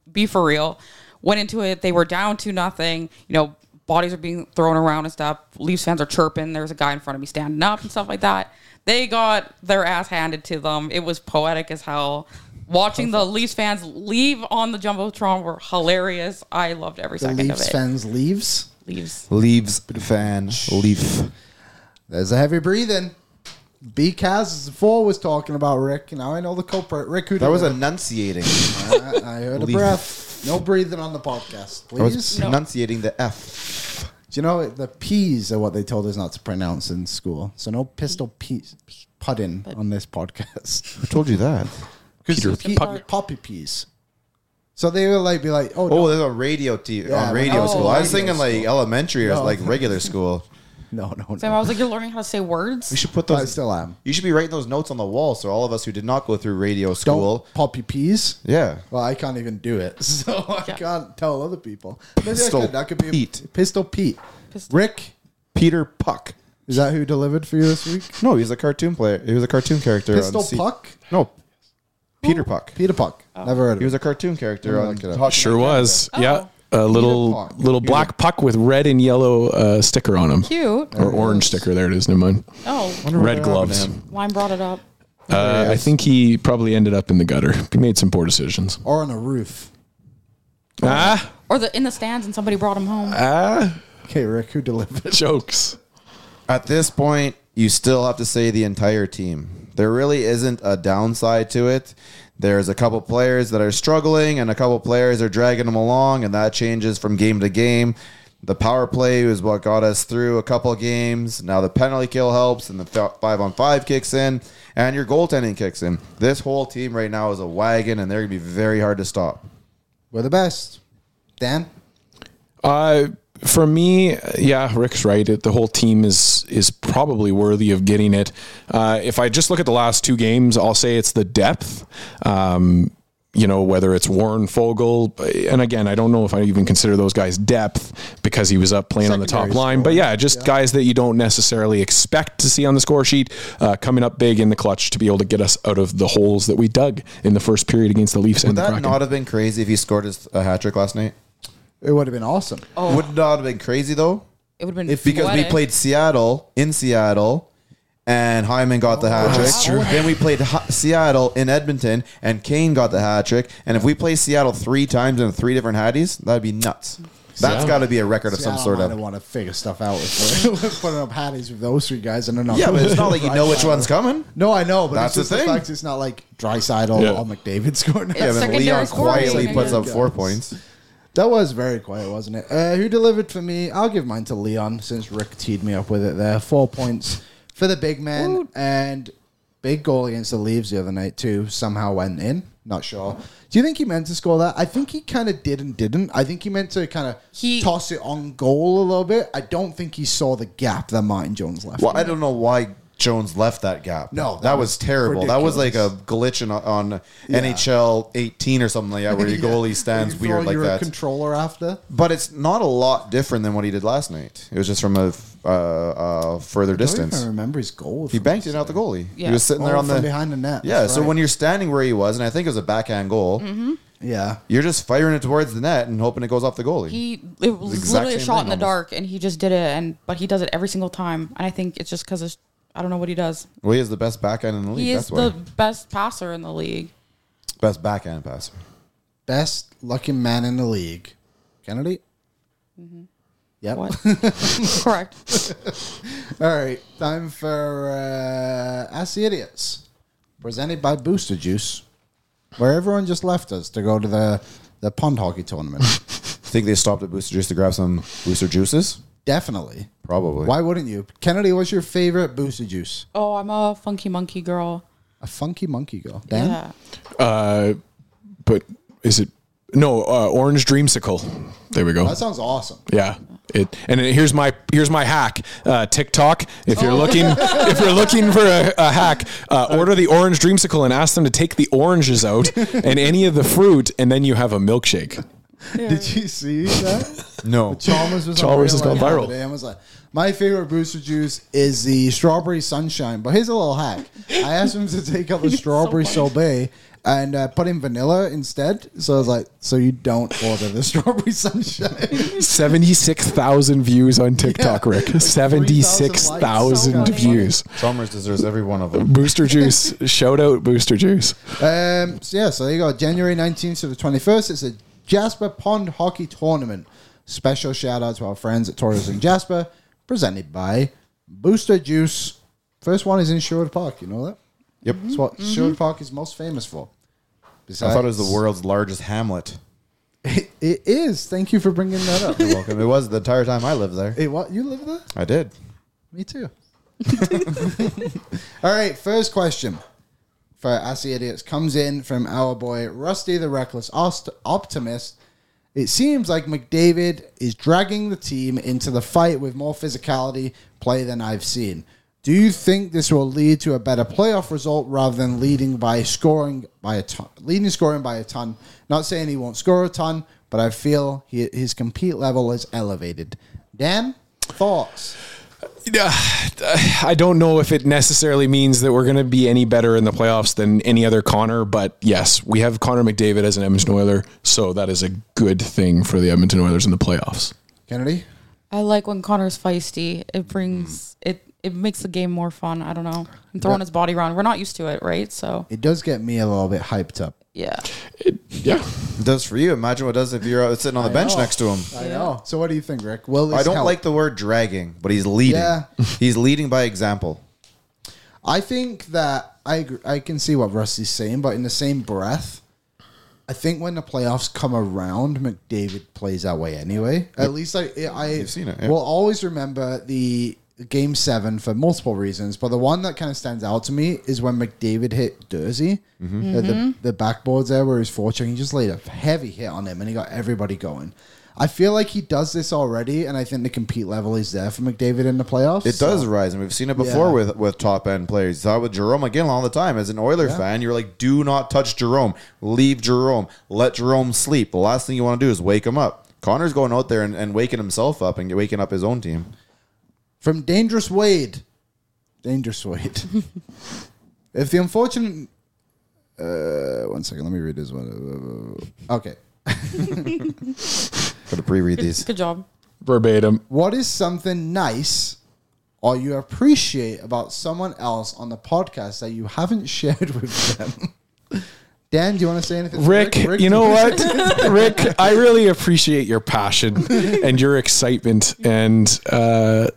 [SPEAKER 7] be for real." Went into it. They were down to nothing. You know, bodies are being thrown around and stuff. Leafs fans are chirping. There was a guy in front of me standing up and stuff like that. They got their ass handed to them. It was poetic as hell. Watching the Leafs fans leave on the jumbotron were hilarious. I loved every
[SPEAKER 4] The
[SPEAKER 7] second
[SPEAKER 4] Leafs
[SPEAKER 7] of it.
[SPEAKER 4] fans leaves.
[SPEAKER 7] Leafs.
[SPEAKER 5] Leaves fan leaf.
[SPEAKER 4] There's a heavy breathing. B Kaz before was talking about Rick, and now I know the culprit. Rick, who
[SPEAKER 5] That was
[SPEAKER 4] did it?
[SPEAKER 5] enunciating.
[SPEAKER 4] I I heard a
[SPEAKER 5] leaf.
[SPEAKER 4] breath. No breathing on the podcast,
[SPEAKER 5] I was
[SPEAKER 4] please.
[SPEAKER 5] pronunciating the F.
[SPEAKER 4] Do you know the P's are what they told us not to pronounce in school? So no pistol peas, pudding on this podcast.
[SPEAKER 5] Who told you that?
[SPEAKER 6] Peter
[SPEAKER 4] Pe-
[SPEAKER 6] Puck.
[SPEAKER 4] poppy peas. So they would like be like, oh,
[SPEAKER 5] Oh,
[SPEAKER 4] no,
[SPEAKER 5] there's a radio t-
[SPEAKER 4] Yeah,
[SPEAKER 5] on
[SPEAKER 4] when I
[SPEAKER 5] radio
[SPEAKER 4] was
[SPEAKER 5] school.
[SPEAKER 4] in
[SPEAKER 5] I was
[SPEAKER 4] radio
[SPEAKER 5] thinking like elementary or
[SPEAKER 4] No.
[SPEAKER 5] like regular school.
[SPEAKER 4] no, no,
[SPEAKER 7] Sam, I
[SPEAKER 4] no.
[SPEAKER 7] was like, you're learning how to say words?
[SPEAKER 5] We should put
[SPEAKER 4] I
[SPEAKER 5] those.
[SPEAKER 4] still am.
[SPEAKER 5] You should be writing those notes on the wall so all of us who did not go through radio
[SPEAKER 4] Don't
[SPEAKER 5] school.
[SPEAKER 4] poppy peas.
[SPEAKER 5] Yeah.
[SPEAKER 4] Well, I can't even do it, so I
[SPEAKER 7] Yeah.
[SPEAKER 4] can't tell other people. Maybe
[SPEAKER 5] Pistol
[SPEAKER 4] I could. That could be a-
[SPEAKER 5] Pete.
[SPEAKER 4] Pistol Pete. Rick,
[SPEAKER 5] Peter Puck.
[SPEAKER 4] is that who delivered for you this week?
[SPEAKER 5] No, he was Oh, a cartoon player. He was a cartoon character.
[SPEAKER 4] Pistol
[SPEAKER 5] on C-
[SPEAKER 4] Puck?
[SPEAKER 5] No, Peter Puck.
[SPEAKER 4] Peter Puck. Never heard of
[SPEAKER 5] He was
[SPEAKER 4] it.
[SPEAKER 5] a cartoon character on. Hockey
[SPEAKER 6] Sure
[SPEAKER 5] Night Canada.
[SPEAKER 6] was. Yeah. A little
[SPEAKER 4] Puck.
[SPEAKER 6] little black puck with red and yellow uh, sticker on him.
[SPEAKER 7] Cute.
[SPEAKER 6] Or orange sticker. There it is. Never mind.
[SPEAKER 7] Oh,
[SPEAKER 5] Wonder what
[SPEAKER 6] Red
[SPEAKER 5] happened to
[SPEAKER 6] gloves.
[SPEAKER 5] him.
[SPEAKER 7] Lime brought it up.
[SPEAKER 6] Uh, I think he probably ended up in the gutter. He made some poor decisions.
[SPEAKER 4] Or on a roof.
[SPEAKER 6] Ah,
[SPEAKER 7] Or the in the stands and somebody brought him home.
[SPEAKER 6] ah,
[SPEAKER 4] Okay, Rick, who delivered?
[SPEAKER 6] jokes.
[SPEAKER 5] At this point, you still have to say the entire team. There really isn't a downside to it. There's a couple players that are struggling, and a couple players are dragging them along, and that changes from game to game. The power play is what got us through a couple games. Now the penalty kill helps, and the fi- five on five kicks in, and your goaltending kicks in. This whole team right now is a wagon, and they're going to be very hard to stop.
[SPEAKER 4] We're the best. Dan?
[SPEAKER 6] Uh, for me, yeah, Rick's right. It, the whole team is is probably worthy of getting it. Uh, if I just look at the last two games, I'll say it's the depth. Um, you know, whether it's Warren Fogle, and again, I don't know if I even consider those guys depth because he was up playing on the top
[SPEAKER 5] Secondary
[SPEAKER 6] line. But yeah, just guys that you don't necessarily expect to see on the score sheet uh, coming up big in the clutch to be able to get us out of the holes that we dug in the first period against the Leafs
[SPEAKER 5] Would
[SPEAKER 6] and the
[SPEAKER 5] that
[SPEAKER 6] Kraken.
[SPEAKER 5] not have been crazy if he scored his, a hat trick last night?
[SPEAKER 4] It would have been awesome.
[SPEAKER 7] Oh.
[SPEAKER 5] Would not have been crazy though.
[SPEAKER 7] It would have been
[SPEAKER 5] If because we
[SPEAKER 7] poetic.
[SPEAKER 5] played Seattle in Seattle, and Hyman got the hat trick.
[SPEAKER 6] that's true.
[SPEAKER 5] Then we played Ha- Seattle in Edmonton, and Kane got the hat trick. And if we play Seattle three times in three different hatties, that'd be nuts. That's
[SPEAKER 6] Seattle-
[SPEAKER 5] got to be a record of some
[SPEAKER 4] Seattle
[SPEAKER 5] sort
[SPEAKER 4] might
[SPEAKER 5] of.
[SPEAKER 4] have want to figure stuff out with with putting up hatties with those three guys. and they're not.
[SPEAKER 5] Yeah, but it's not like you know which one's coming.
[SPEAKER 4] No, I know, but
[SPEAKER 5] That's
[SPEAKER 4] it's just
[SPEAKER 5] the
[SPEAKER 4] the
[SPEAKER 5] thing.
[SPEAKER 4] fact it's not like Dryside
[SPEAKER 6] Yeah.
[SPEAKER 4] or McDavid scoring.
[SPEAKER 5] Yeah, but
[SPEAKER 7] secondary
[SPEAKER 5] Leon
[SPEAKER 7] scoring,
[SPEAKER 5] quietly
[SPEAKER 7] isn't
[SPEAKER 5] puts
[SPEAKER 7] it?
[SPEAKER 5] up four points.
[SPEAKER 4] That was very quiet, wasn't it? Uh, who delivered for me? I'll give mine to Leon since Rick teed me up with it there. Four points for the big man and big goal against the Leaves the other night too. Somehow went in. Not sure. Do you think he meant to score that? I think he kind of did and didn't. I think he meant to kind of
[SPEAKER 7] He-
[SPEAKER 4] toss it on goal a little bit. I don't think he saw the gap that Martin Jones left.
[SPEAKER 5] Well, I don't know why Jones left that gap.
[SPEAKER 4] No,
[SPEAKER 5] that,
[SPEAKER 4] that
[SPEAKER 5] was,
[SPEAKER 4] was
[SPEAKER 5] terrible. That was like a
[SPEAKER 4] ridiculous.
[SPEAKER 5] glitch in, on NHL 18 or something like that, where your goalie stands
[SPEAKER 4] You
[SPEAKER 5] weird
[SPEAKER 4] uh, throw
[SPEAKER 5] like
[SPEAKER 4] your
[SPEAKER 5] that.
[SPEAKER 4] Controller after.
[SPEAKER 5] but it's not a lot different than what he did last night. It was just from a uh, uh, further
[SPEAKER 4] I don't even
[SPEAKER 5] distance.
[SPEAKER 4] remember his goal.
[SPEAKER 5] He
[SPEAKER 4] from
[SPEAKER 5] banked
[SPEAKER 4] this
[SPEAKER 5] it out the
[SPEAKER 4] thing.
[SPEAKER 5] goalie.
[SPEAKER 7] Yeah.
[SPEAKER 5] He was sitting there
[SPEAKER 4] Oh,
[SPEAKER 5] on the
[SPEAKER 4] from behind the net.
[SPEAKER 5] Yeah,
[SPEAKER 4] That's
[SPEAKER 5] so
[SPEAKER 4] right.
[SPEAKER 5] when you're standing where he was, and I think it was a backhand goal,
[SPEAKER 4] Yeah.
[SPEAKER 5] you're just firing it towards the net and hoping it goes off the goalie.
[SPEAKER 7] He it was
[SPEAKER 5] exact
[SPEAKER 7] literally a
[SPEAKER 5] same
[SPEAKER 7] shot
[SPEAKER 5] thing
[SPEAKER 7] in the
[SPEAKER 5] almost.
[SPEAKER 7] dark, and he just did it. And but he does it every single time, and I think it's just because I don't know what he does.
[SPEAKER 5] well, he is the best backhand in the league.
[SPEAKER 7] He is
[SPEAKER 5] that's why
[SPEAKER 7] the best passer in the league.
[SPEAKER 5] best backhand passer.
[SPEAKER 4] Best looking man in the league. Kennedy? Mm-hmm. Yep.
[SPEAKER 7] What? Correct.
[SPEAKER 4] All right. Time for uh, Ask the Idiots. Presented by Booster Juice, where everyone just left us to go to the, the pond hockey tournament.
[SPEAKER 5] Think they stopped at Booster Juice to grab some Booster Juices?
[SPEAKER 4] Definitely.
[SPEAKER 5] Probably.
[SPEAKER 4] Why wouldn't you? Kennedy, what's your favorite Booster Juice?
[SPEAKER 7] oh, I'm a funky monkey girl.
[SPEAKER 4] A funky monkey girl. Dan?
[SPEAKER 7] Yeah.
[SPEAKER 6] Uh, but is it no uh, orange dreamsicle? There we go.
[SPEAKER 4] That sounds awesome.
[SPEAKER 6] Yeah. It and it- here's my here's my hack. Uh, TikTok. If you're looking if you're looking for a, a hack, uh, order the orange dreamsicle and ask them to take the oranges out and any of the fruit, and then you have a milkshake.
[SPEAKER 4] Did you see that?
[SPEAKER 5] No.
[SPEAKER 4] Chalmers was on
[SPEAKER 6] Chalmers has
[SPEAKER 4] Real
[SPEAKER 6] gone
[SPEAKER 4] Life
[SPEAKER 6] viral.
[SPEAKER 4] Today and was like, my favorite booster juice is the strawberry sunshine. But here's a little hack. I asked him to take out the strawberry sorbet and uh, put in vanilla instead. So I was like, so you don't order the strawberry sunshine.
[SPEAKER 6] Seventy six thousand views on TikTok,
[SPEAKER 4] Yeah,
[SPEAKER 6] Rick.
[SPEAKER 4] like 3,000 likes. Oh
[SPEAKER 6] Seventy six
[SPEAKER 4] So
[SPEAKER 6] thousand
[SPEAKER 4] funny.
[SPEAKER 6] views.
[SPEAKER 5] Chalmers deserves every one of them.
[SPEAKER 6] Booster Juice. Shout out Booster Juice.
[SPEAKER 4] um, so yeah, so there you go. January 19th to the 21st. It's a Jasper Pond Hockey Tournament. Special shout out to our friends at Torres and Jasper, presented by Booster Juice. First one is in Sherwood Park. You know that?
[SPEAKER 5] Yep.
[SPEAKER 4] It's what Sherwood Park is most famous for.
[SPEAKER 5] I
[SPEAKER 4] Besides,
[SPEAKER 5] thought it was the world's largest hamlet.
[SPEAKER 4] It, it is. Thank you for bringing that up.
[SPEAKER 5] You're welcome. It was the entire time I lived there.
[SPEAKER 4] hey, what? You live there?
[SPEAKER 5] I did.
[SPEAKER 4] Me too. All right. First question for Ask the Idiots comes in from our boy Rusty the Reckless Ost- Optimist. It seems like McDavid is dragging the team into the fight with more physicality play than I've seen. Do you think this will lead to a better playoff result rather than leading by scoring by a ton, leading scoring by a ton? Not saying he won't score a ton, but I feel he, his compete level is elevated. Dan, thoughts?
[SPEAKER 6] Yeah, I don't know if it necessarily means that we're going to be any better in the playoffs than any other Connor, but yes, we have Connor McDavid as an Edmonton Oiler, so that is a good thing for the Edmonton Oilers in the playoffs.
[SPEAKER 4] Kennedy?
[SPEAKER 7] I like when Connor's feisty. It brings
[SPEAKER 5] Hmm.
[SPEAKER 7] it. It makes the game more fun. I don't know. I'm throwing his body around. We're not used to it, right? So
[SPEAKER 4] It does get me a little bit hyped up.
[SPEAKER 7] yeah.
[SPEAKER 6] Yeah,
[SPEAKER 5] It does for you. Imagine what it does if you're out sitting on the bench next to him.
[SPEAKER 4] I know. So what do you think, Rick? Will this
[SPEAKER 5] I don't
[SPEAKER 4] help?
[SPEAKER 5] like the word dragging, but he's leading.
[SPEAKER 4] Yeah.
[SPEAKER 5] he's leading by example.
[SPEAKER 4] I think that I agree, I can see what Rusty's saying, but in the same breath, I think when the playoffs come around, McDavid plays that way anyway. At least I I
[SPEAKER 5] You've seen it, yeah.
[SPEAKER 4] will always remember the game seven for multiple reasons, but the one that kind of stands out to me is when McDavid hit Dursey,
[SPEAKER 5] Mhm.
[SPEAKER 4] the, the,
[SPEAKER 5] Mhm.
[SPEAKER 4] the backboards there where he's fortune. He just laid a heavy hit on him and he got everybody going. I feel like he does this already, and I think the compete level is there for McDavid in the playoffs.
[SPEAKER 5] It does
[SPEAKER 4] so-
[SPEAKER 5] rise, and we've seen it before
[SPEAKER 4] Yeah.
[SPEAKER 5] with with top end players. You saw it with Jerome McGill all the time. As an Oiler
[SPEAKER 4] Yeah.
[SPEAKER 5] fan, you're like, do not touch Jerome. Leave Jerome. Let Jerome sleep. The last thing you want to do is wake him up. Connor's going out there and, and waking himself up and waking up his own team.
[SPEAKER 4] From Dangerous Wade. Dangerous Wade. if the unfortunate. Uh, one second, let me read this one. Okay.
[SPEAKER 5] Gotta pre read these.
[SPEAKER 7] Good job.
[SPEAKER 6] Verbatim.
[SPEAKER 4] What is something nice or you appreciate about someone else on the podcast that you haven't shared with them? Dan, do you want to say anything? to
[SPEAKER 6] Rick, you know what? Rick, I really appreciate your passion and your excitement, and uh,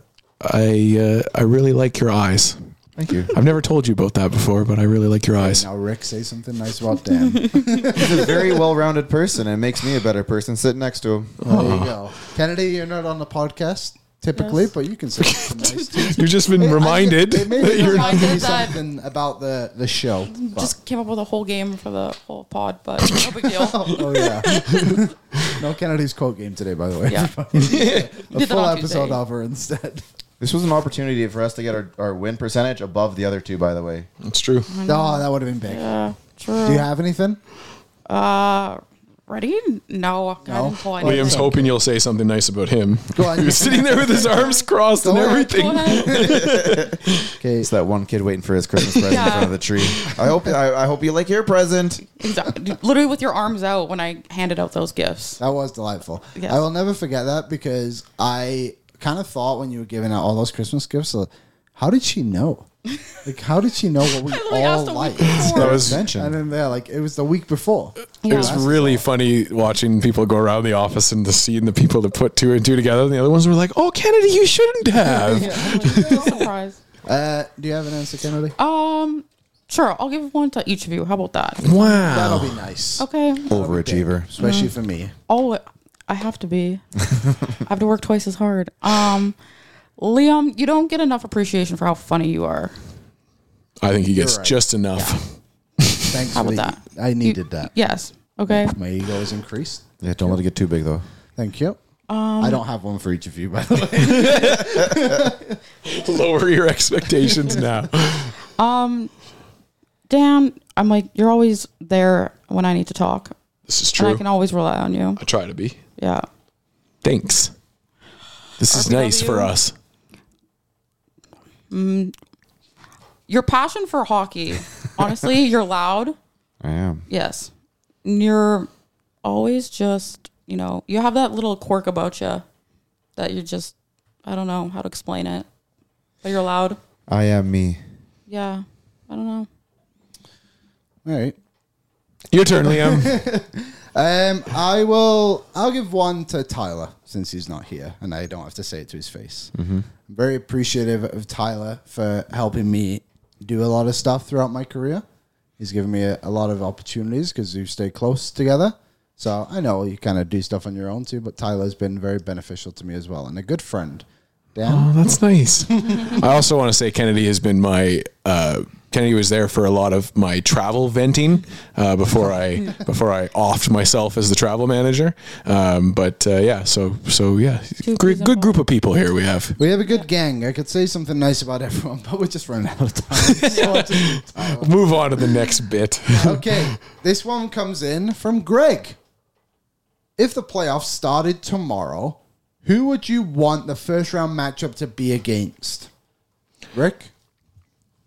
[SPEAKER 6] I uh, I really like your eyes.
[SPEAKER 5] Thank you.
[SPEAKER 6] I've never told you about that before, but I really like your eyes.
[SPEAKER 4] Now, Rick, say something nice about Dan.
[SPEAKER 5] He's a very well rounded person and makes me a better person sitting next to him.
[SPEAKER 4] There you go. Kennedy, you're not on the podcast typically, but you can say something nice too.
[SPEAKER 6] You've just been reminded
[SPEAKER 4] It made
[SPEAKER 6] that
[SPEAKER 4] me
[SPEAKER 6] you're
[SPEAKER 4] remind me
[SPEAKER 7] Reminded that-
[SPEAKER 4] something about the, the show. but-
[SPEAKER 7] Just came up with a whole game for the whole pod, but no big deal.
[SPEAKER 4] oh yeah. no Kennedy's quote game today, by the way.
[SPEAKER 7] Yeah.
[SPEAKER 4] a
[SPEAKER 7] that
[SPEAKER 4] full
[SPEAKER 7] on
[SPEAKER 4] episode
[SPEAKER 7] Tuesday.
[SPEAKER 4] of her instead.
[SPEAKER 5] This was an opportunity for us to get our, our win percentage above the other two, by the way.
[SPEAKER 6] That's true.
[SPEAKER 4] Oh, that would have been big.
[SPEAKER 7] Mm. Yeah, true.
[SPEAKER 4] Do you have anything?
[SPEAKER 7] Uh, ready? No, I didn't pull anything.
[SPEAKER 6] Liam's hoping you'll say something nice about him.
[SPEAKER 4] Go on.
[SPEAKER 6] He was sitting there with his arms crossed and
[SPEAKER 4] Go on.
[SPEAKER 6] everything.
[SPEAKER 4] Okay.
[SPEAKER 5] It's that one kid waiting for his Christmas present in
[SPEAKER 7] Yeah.
[SPEAKER 5] front of the tree. I hope I, I hope you like your present.
[SPEAKER 7] Exactly. Literally with your arms out when I handed out those gifts.
[SPEAKER 4] That was delightful.
[SPEAKER 7] Yes.
[SPEAKER 4] I will never forget that because I kind of thought when you were giving out all those Christmas gifts, uh, how did she know? Like, how did she know what we
[SPEAKER 7] literally
[SPEAKER 4] all
[SPEAKER 7] asked a
[SPEAKER 4] like?
[SPEAKER 7] week
[SPEAKER 6] That was
[SPEAKER 4] And then they're like, it was the week before.
[SPEAKER 7] Uh,
[SPEAKER 6] It was really funny watching people go around the office and to seeing the people that put two and two together. And the other ones were like, "Oh, Kennedy, you shouldn't have."
[SPEAKER 7] Surprise.
[SPEAKER 4] Uh, do you have an answer, Kennedy?
[SPEAKER 7] Um, sure. I'll give one to each of you. How about that?
[SPEAKER 6] Wow.
[SPEAKER 4] That'll be nice,
[SPEAKER 7] Oh. Okay.
[SPEAKER 5] Overachiever.
[SPEAKER 4] especially for me.
[SPEAKER 7] Oh, I have to be. I have to work twice as hard. Um, Liam, you don't get enough appreciation for how funny you are.
[SPEAKER 6] I think he gets
[SPEAKER 4] right.
[SPEAKER 6] just enough.
[SPEAKER 4] Thanks
[SPEAKER 7] How
[SPEAKER 4] for
[SPEAKER 7] about
[SPEAKER 4] that.
[SPEAKER 7] that?
[SPEAKER 4] I
[SPEAKER 7] You-
[SPEAKER 4] needed that.
[SPEAKER 7] Yes. Okay.
[SPEAKER 4] My ego is increased.
[SPEAKER 5] Yeah, don't let it get too big though.
[SPEAKER 4] Thank you.
[SPEAKER 7] Um,
[SPEAKER 4] I don't have one for each of you, by the way.
[SPEAKER 6] Lower your expectations now.
[SPEAKER 7] Dan, I'm like, you're always there when I need to talk.
[SPEAKER 6] This is
[SPEAKER 7] And
[SPEAKER 6] true.
[SPEAKER 7] I can always rely on you.
[SPEAKER 6] I try to be.
[SPEAKER 7] Yeah.
[SPEAKER 6] Thanks. This is nice for us.
[SPEAKER 7] Your passion for hockey. Honestly, you're loud.
[SPEAKER 5] I am.
[SPEAKER 7] Yes. And You're always just, you know, you have that little quirk about you that you're just, I don't know how to explain it, but you're loud.
[SPEAKER 5] I am me.
[SPEAKER 7] Yeah. I don't know.
[SPEAKER 4] all right.
[SPEAKER 6] Your turn, Liam.
[SPEAKER 4] Um, I will. I'll give one to Tyler since he's not here, and I don't have to say it to his face. I'm very appreciative of Tyler for helping me do a lot of stuff throughout my career. He's given me a, a lot of opportunities because we stay close together. So I know you kind of do stuff on your own too, but Tyler's been very beneficial to me as well, and a good friend. Dan,
[SPEAKER 6] Oh, that's nice. I also want to say Kennedy has been my uh, Kennedy was there for a lot of my travel venting uh, before I before I offed myself as the travel manager. Um, but uh, yeah, so so yeah, good, good group of people here we have.
[SPEAKER 4] we have a good gang. I could say something nice about everyone, but we're just running out of time. So I'll just-
[SPEAKER 6] Move on to the next bit.
[SPEAKER 4] okay, this one comes in from Greg. If the playoffs started tomorrow, who would you want the first round matchup to be against? Rick?